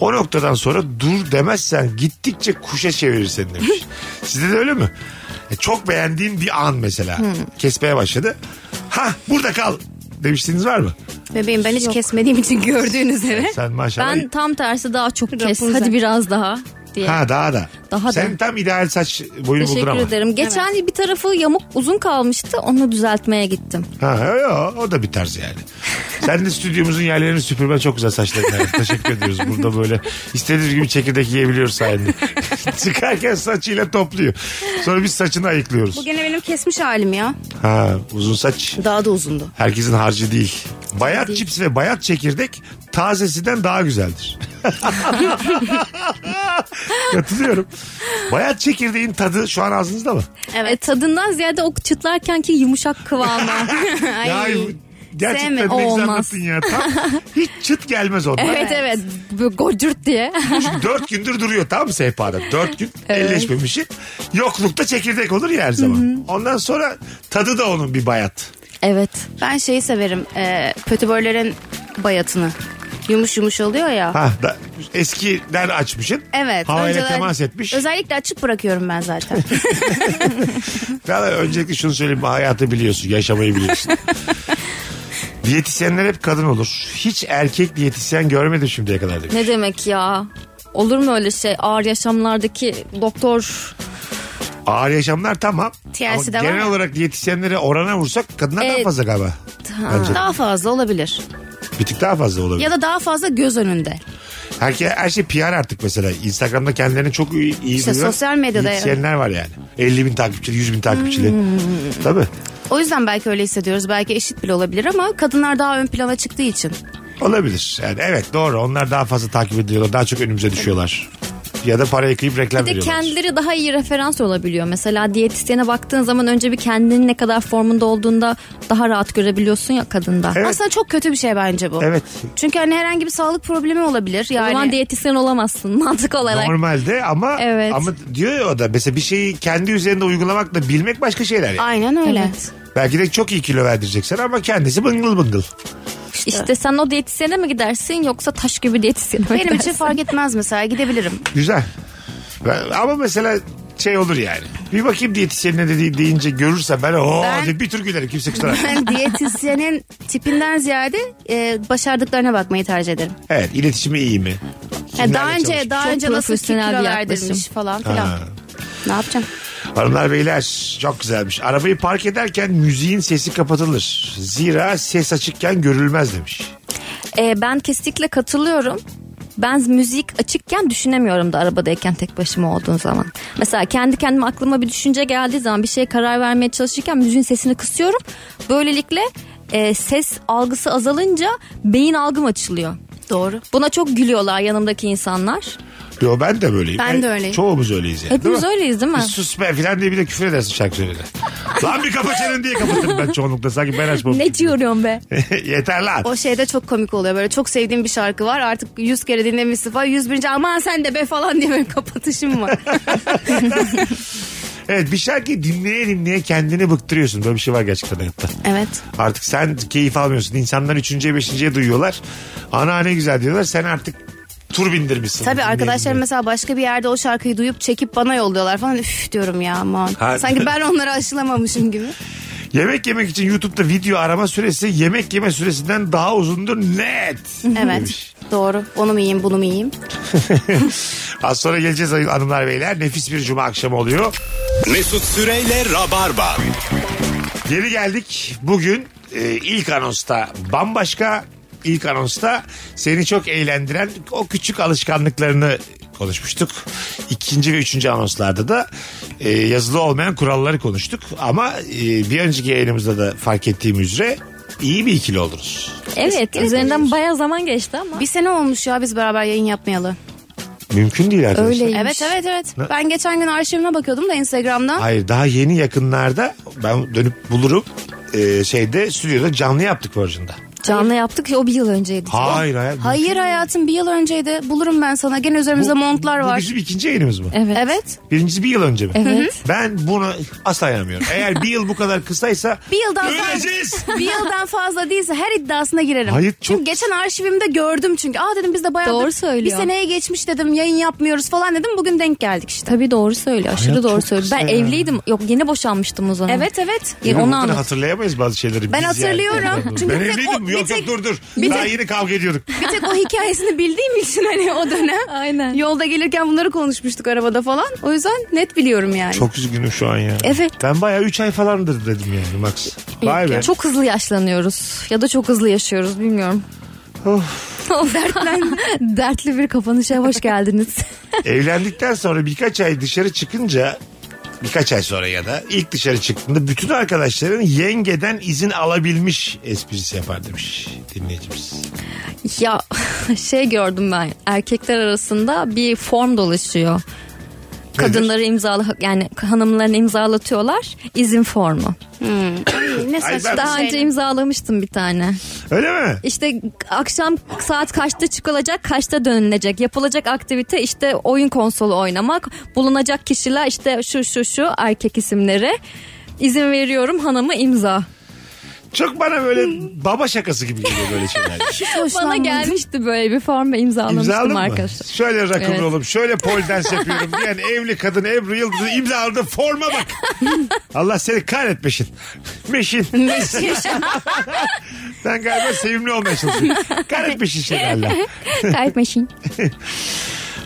S1: O noktadan sonra dur demezsen gittikçe kuşa çevirir seni
S2: [laughs]
S1: demiş. Sizde de öyle mi? E, çok beğendiğin bir an mesela.
S2: Hmm.
S1: Kesmeye başladı. Ha burada kal demiştiniz var mı?
S3: Bebeğim ben hiç kesmediğim için gördüğün üzere.
S1: Sen maşallah.
S2: Ben tam tersi daha çok kes.
S3: Rapunzel.
S2: Hadi biraz daha. diye.
S1: Ha daha da.
S2: Daha da.
S1: Sen tam ideal saç boyunu buldun
S2: Teşekkür
S1: ama.
S2: ederim. Geçen bir tarafı yamuk uzun kalmıştı. Onu düzeltmeye gittim.
S1: Ha, ha, ya, o da bir tarz yani. Sen de stüdyomuzun yerlerini süpürmen çok güzel saçların. var. Teşekkür ediyoruz. Burada böyle istediğimiz gibi çekirdek yiyebiliyoruz sayende. [laughs] Çıkarken saçıyla topluyor. Sonra biz saçını ayıklıyoruz.
S3: Bu gene benim kesmiş halim ya.
S1: Ha, uzun saç.
S3: Daha da uzundu.
S1: Herkesin harcı değil. Bayat cips ve bayat çekirdek tazesinden daha güzeldir. Katılıyorum. Bayat çekirdeğin tadı şu an ağzınızda mı?
S3: Evet.
S2: E, tadından ziyade o çıtlarkenki yumuşak kıvamı.
S3: Ay.
S1: Ya, gerçekten
S3: sevmedim.
S1: ne güzel
S2: Olmaz.
S1: anlattın ya. Tam, hiç çıt gelmez ondan.
S2: evet evet. Böyle gocurt diye.
S1: Çünkü dört gündür duruyor tamam mı sehpada? Dört gün elleşmemişi. Yoklukta çekirdek olur ya her zaman. Ondan sonra tadı da onun bir bayat.
S2: evet.
S3: Ben şeyi severim. E, pötibörlerin bayatını. Yumuş yumuş oluyor ya.
S1: Ha, da, eskiden açmışsın.
S3: Evet.
S1: Havayla
S3: önceden-
S1: temas etmiş.
S3: Özellikle açık bırakıyorum ben zaten.
S1: Valla öncelikle şunu söyleyeyim. Hayatı biliyorsun. Yaşamayı
S3: [laughs]
S1: biliyorsun. Diyetisyenler hep kadın olur. Hiç erkek diyetisyen görmedim şimdiye kadar demiş.
S2: [laughs] Ne demek ya? Olur mu öyle şey? Ağır yaşamlardaki doktor
S1: Ağır yaşamlar tamam.
S3: TLC
S1: Ama
S3: de var
S1: genel
S3: ya.
S1: olarak diyetisyenlere orana vursak kadınlardan
S2: Evet.
S1: fazla galiba. Bence.
S3: daha fazla olabilir.
S1: Bir tık daha fazla olabilir.
S3: Ya da daha fazla göz önünde.
S1: Herke, her şey PR artık mesela. Instagram'da kendilerini çok iyi, iyi
S3: İşte
S1: duyuran
S3: sosyal medyada
S1: diyetisyenler var yani. 50 bin takipçili, 100 bin takipçili. Tabii.
S3: O yüzden belki öyle hissediyoruz. Belki eşit bile olabilir ama kadınlar daha ön plana çıktığı için.
S1: Olabilir. Yani evet doğru. Onlar daha fazla takip ediliyorlar. Daha çok önümüze düşüyorlar. Ya da parayı kıyıp reklam
S2: Bir de
S1: veriyorlar.
S2: kendileri daha iyi referans olabiliyor. Mesela diyetisyene baktığın zaman önce bir kendinin ne kadar formunda olduğunda daha rahat görebiliyorsun ya kadında.
S1: Evet.
S3: Aslında çok kötü bir şey bence bu.
S1: Evet.
S3: Çünkü hani herhangi bir sağlık problemi olabilir.
S2: O
S3: Yani
S2: zaman diyetisyen olamazsın [laughs] mantık olarak.
S1: Normalde ama
S2: Evet.
S1: ama diyor ya o da mesela bir şeyi kendi üzerinde uygulamakla bilmek başka şeyler yani.
S3: aynen öyle.
S2: Evet.
S1: Belki de çok iyi kilo verdireceksin ama kendisi bıngıl bıngıl.
S2: İşte sen o diyetisyene mi gidersin yoksa taş gibi diyetisyene mi
S3: Benim için
S2: gidersin?
S3: fark etmez
S2: [laughs]
S3: mesela gidebilirim.
S1: Güzel. Ben- ama mesela şey olur yani. Bir bakayım diyetisyenine dedi, deyince görürse ben o
S3: Ben-
S1: bir tür gülerim kimse kusura bakmasın.
S3: Ben diyetisyenin tipinden ziyade e, başardıklarına bakmayı tercih ederim.
S1: Evet iletişimi iyi
S3: [laughs]
S1: mi?
S3: Yani daha
S1: Kimlerle
S3: önce
S1: çalışmış?
S3: daha
S2: Çok
S3: önce nasıl kilo
S2: profesyonel bir yaklaşım.
S3: verdirmiş falan filan.
S1: Ha.
S3: Ne yapacağım?
S1: Hanımlar beyler çok güzelmiş. Arabayı park ederken müziğin sesi kapatılır. Zira ses açıkken görülmez demiş.
S2: Ee, ben kesinlikle katılıyorum. Ben müzik açıkken düşünemiyorum da arabadayken tek başıma olduğum zaman. Mesela kendi kendime aklıma bir düşünce geldiği zaman bir şeye karar vermeye çalışırken müziğin sesini kısıyorum. Böylelikle e, ses algısı azalınca beyin algım açılıyor.
S3: Doğru.
S2: Buna çok gülüyorlar yanımdaki insanlar.
S1: Yo ben de böyleyim.
S3: Ben
S1: E,
S3: de öyleyim.
S1: Çoğumuz öyleyiz yani.
S2: Hepimiz
S1: değil mi?
S2: öyleyiz değil mi?
S1: Bir sus be filan diye bir de küfür edersin şarkı
S3: [laughs]
S1: söyleyene. lan bir kapa çeneni diye kapatırım ben çoğunlukla. Sanki ben açmam.
S2: Ne diyorum be?
S1: [laughs] Yeter lan.
S3: O şeyde çok komik oluyor. Böyle çok sevdiğim bir şarkı var. Artık yüz kere dinlemişsin falan. Yüz birinci aman sen de be falan diye böyle kapatışım
S2: [laughs]
S3: var.
S1: Evet bir şarkıyı dinleye dinleye kendini bıktırıyorsun. Böyle bir şey var gerçekten hayatta.
S3: evet.
S1: Artık sen keyif almıyorsun. İnsanlar üçüncüye beşinciye duyuyorlar. Ana ne güzel diyorlar. Sen artık tur bindirmişsin.
S3: Tabii
S1: Dinleye
S3: arkadaşlarım
S1: dinleye.
S3: mesela başka bir yerde o şarkıyı duyup çekip bana yolluyorlar falan. Üf diyorum ya aman.
S1: Ha.
S3: Sanki ben onları aşılamamışım
S1: [laughs]
S3: gibi.
S1: Yemek yemek için YouTube'da video arama süresi yemek yeme süresinden daha uzundur net.
S3: Evet. Doğru. Onu mu yiyeyim bunu mu yiyeyim?
S1: Az sonra geleceğiz hanımlar beyler. Nefis bir cuma akşamı oluyor.
S4: Mesut Süreyle Rabarba.
S1: Geri geldik. Bugün e, ilk anonsta bambaşka ilk anonsta seni çok eğlendiren o küçük alışkanlıklarını konuşmuştuk. İkinci ve üçüncü anonslarda da e, yazılı olmayan kuralları konuştuk. Ama e, bir önceki yayınımızda da fark ettiğim üzere iyi bir ikili oldunuz.
S2: Evet üzerinden bayağı zaman geçti ama.
S3: Bir sene olmuş ya biz beraber yayın yapmayalı.
S1: Mümkün değil arkadaşlar.
S2: Öyleyim.
S3: Evet evet evet.
S1: Ne-
S3: Ben geçen gün arşivime bakıyordum da Instagram'dan.
S1: Hayır daha yeni yakınlarda ben dönüp bulurum e, şeyde stüdyoda canlı yaptık Virgin'da.
S2: Canlı yaptık ya, o bir yıl önceydi.
S1: Hayır hayır.
S3: Hayır hayatım bir yıl önceydi. Bulurum ben sana. Gene
S1: Bu-
S3: üzerimizde montlar
S1: Bu
S3: var.
S1: bizim ikinci yayınımız mı?
S2: Evet.
S3: Evet.
S1: Birincisi bir yıl önce mi?
S2: Evet.
S1: Ben bunu asla inanmıyorum. Eğer bir yıl bu kadar kısaysa
S3: [laughs] Bir yıldan fazla.
S1: öleceğiz.
S3: bir yıldan fazla değilse her iddiasına girerim.
S1: Hayır,
S3: Çünkü
S1: çok-
S3: geçen arşivimde gördüm çünkü. Aa dedim biz de bayağı
S2: Doğru
S3: bir
S2: söylüyor.
S3: seneye geçmiş dedim yayın yapmıyoruz falan dedim. Bugün denk geldik işte.
S2: Tabii doğru söylüyor. Aşırı
S1: Hayat
S2: doğru
S1: çok
S2: söylüyor.
S1: kısa
S2: Ben
S1: ya.
S2: evliydim. Yok yeni boşanmıştım o zaman.
S3: Evet evet.
S2: Ya,
S1: Bunu
S2: onu
S1: bunu
S2: anlat.
S1: hatırlayamayız bazı şeyleri.
S3: Ben
S1: biz yani.
S3: hatırlıyorum.
S1: Ben
S3: Çünkü tek o-
S1: evliydim yok yok
S3: tek-
S1: dur dur.
S3: bir
S1: Daha
S3: tek-
S1: yeni kavga ediyorduk.
S3: Bir tek o hikayesini bildiğim için hani
S1: [laughs]
S3: o dönem.
S2: Aynen.
S3: Yolda gelirken bunları konuşmuştuk arabada falan. O yüzden net biliyorum yani.
S1: Çok üzgünüm şu an ya.
S3: Evet.
S1: Ben bayağı 3 ay falandır dedim yani Max. Vay be.
S2: Çok hızlı yaşlanıyoruz ya da çok hızlı yaşıyoruz bilmiyorum. Dertlen, [laughs] dertli bir kapanışa hoş geldiniz.
S1: Evlendikten sonra birkaç ay dışarı çıkınca birkaç ay sonra ya da ilk dışarı çıktığında bütün arkadaşların yengeden izin alabilmiş esprisi yapar demiş dinleyicimiz.
S2: ya şey gördüm ben erkekler arasında bir form dolaşıyor. Kadınları imzalı yani hanımlarını imzalatıyorlar izin formu.
S3: Ne
S1: Ay
S3: saçma
S1: ben- şey
S2: Daha önce imzalamıştım bir tane.
S1: Öyle mi?
S2: İşte akşam saat kaçta çıkılacak, kaçta dönülecek. Yapılacak aktivite işte oyun konsolu oynamak. Bulunacak kişiler işte şu şu şu erkek isimleri. İzin veriyorum hanımı imza.
S1: Çok bana böyle
S3: Hmm.
S1: baba şakası gibi geliyor böyle şeyler.
S3: [laughs]
S2: Bana gelmişti böyle bir form ve imzalamıştım
S1: İmzaladın mı?
S3: [laughs]
S2: arkadaşlar.
S1: Şöyle rock'n'roll'um,
S2: Evet.
S1: şöyle pole dance yapıyorum diyen evli kadın Ebru Yıldız'ı imzaladı forma bak. Allah seni kahretmeşin. Meşin. ben galiba sevimli olmaya çalışıyorum. Kahretmeşin şekerler.
S2: Kaybetmişim.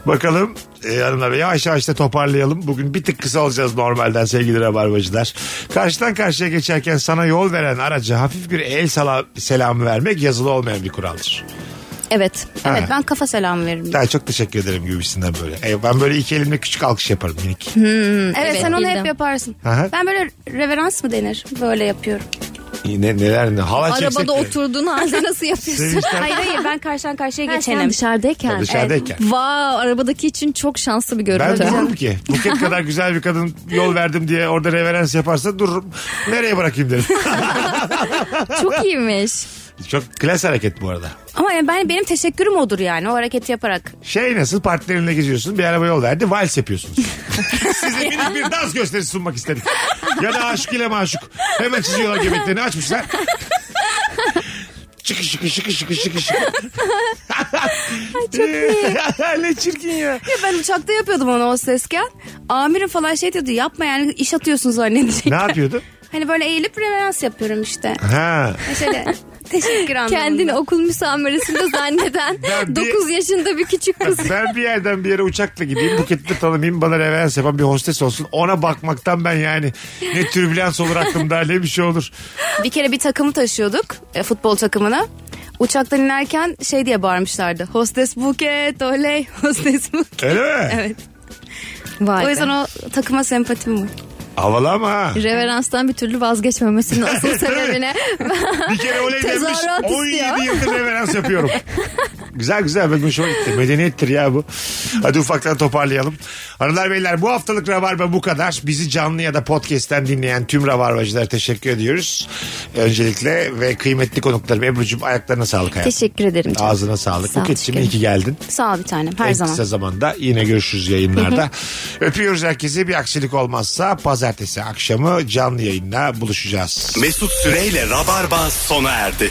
S1: Bakalım e, hanımlar beyler, yavaş yavaş da toparlayalım. Bugün bir tık kısa olacağız normalden sevgili rabarbacılar. Karşıdan karşıya geçerken sana yol veren araca hafif bir el sala- selamı vermek yazılı olmayan bir kuraldır.
S2: Evet.
S3: Evet ben kafa selam veririm.
S1: Daha çok teşekkür ederim gibisinden böyle. E, ben böyle iki elimle küçük alkış yaparım minik.
S3: Evet,
S2: Evet,
S3: sen onu
S2: bildim.
S3: hep yaparsın.
S1: Aha.
S3: Ben böyle reverans mı denir? Böyle yapıyorum.
S1: Ne, neler ne hava çeksek
S2: Arabada
S1: de.
S2: oturduğun halde nasıl yapıyorsun?
S1: Sevinçten-
S3: Hayır hayır ben karşıdan karşıya
S2: Ha, sen
S3: geçenim.
S2: dışarıdayken.
S1: Dışarıdayken.
S2: Evet. Vav, arabadaki için çok şanslı bir
S1: Ben
S2: görüntü.
S1: dururum ki. Buket kadar güzel bir kadın yol verdim diye orada reverans yaparsa dururum. Nereye bırakayım derim.
S2: çok iyiymiş.
S1: [laughs] Çok klas hareket bu arada.
S3: Ama yani ben, benim teşekkürüm odur yani o hareketi yaparak.
S1: Şey nasıl partnerinle geziyorsun bir araba yol verdi vals yapıyorsunuz. [laughs] Size minik bir dans gösterisi sunmak istedik. Ya da aşık ile maşuk. Hemen çiziyorlar göbeklerini açmışlar. Şıkı şıkı şıkı şıkı şıkı şıkı. çok iyi. [laughs] ne çirkin ya.
S3: Ya ben uçakta yapıyordum onu o sesken. Amirim falan şey diyordu yapma yani iş atıyorsun zannedecek. [laughs]
S1: Ne yapıyordu?
S3: Hani böyle eğilip reverans yapıyorum işte.
S1: Ha. [laughs]
S3: Şöyle teşekkür anlamında.
S2: Kendini okul müsameresinde zanneden
S1: Ben bir-
S2: 9 yaşında bir küçük kız.
S1: [laughs] Ben bir yerden bir yere uçakla gideyim. Buket'i de tanımayayım. Bana reverans yapan bir hostes olsun. Ona bakmaktan ben yani ne türbülans olur aklımda ne bir şey olur.
S3: Bir kere bir takımı taşıyorduk. e, futbol takımını. Uçaktan inerken şey diye bağırmışlardı. Hostes buket oley [laughs] hostes buket.
S1: Öyle mi?
S3: Evet.
S2: Vay
S3: O
S2: be.
S3: yüzden o takıma sempatim var.
S1: Havalı ama ha.
S2: Reveranstan bir türlü vazgeçmemesinin asıl sebebine
S1: Bir kere oley demiş.
S2: Tezahürat
S1: 17
S2: istiyor.
S1: yıldır reverans yapıyorum. güzel güzel. Benim hoşuma gitti. Medeniyettir ya bu. Hadi ufaktan toparlayalım. Hanımlar beyler bu haftalık Rabarba bu kadar. Bizi canlı ya da podcast'ten dinleyen tüm Rabarbacılara teşekkür ediyoruz. Öncelikle ve kıymetli konuklarım Ebru'cum ayaklarına sağlık hayatım.
S2: teşekkür ederim. canım.
S1: Ağzına sağlık.
S2: Sağ ol,
S1: Buket'cim iyi
S2: teşekkür
S1: ki geldin.
S3: Sağ ol bir tanem her
S1: en
S3: zaman.
S1: kısa zamanda yine görüşürüz
S3: [laughs]
S1: yayınlarda. Öpüyoruz herkesi. Bir aksilik olmazsa pazartesi akşamı canlı yayında buluşacağız.
S4: Mesut Süreyle Rabarba sona erdi.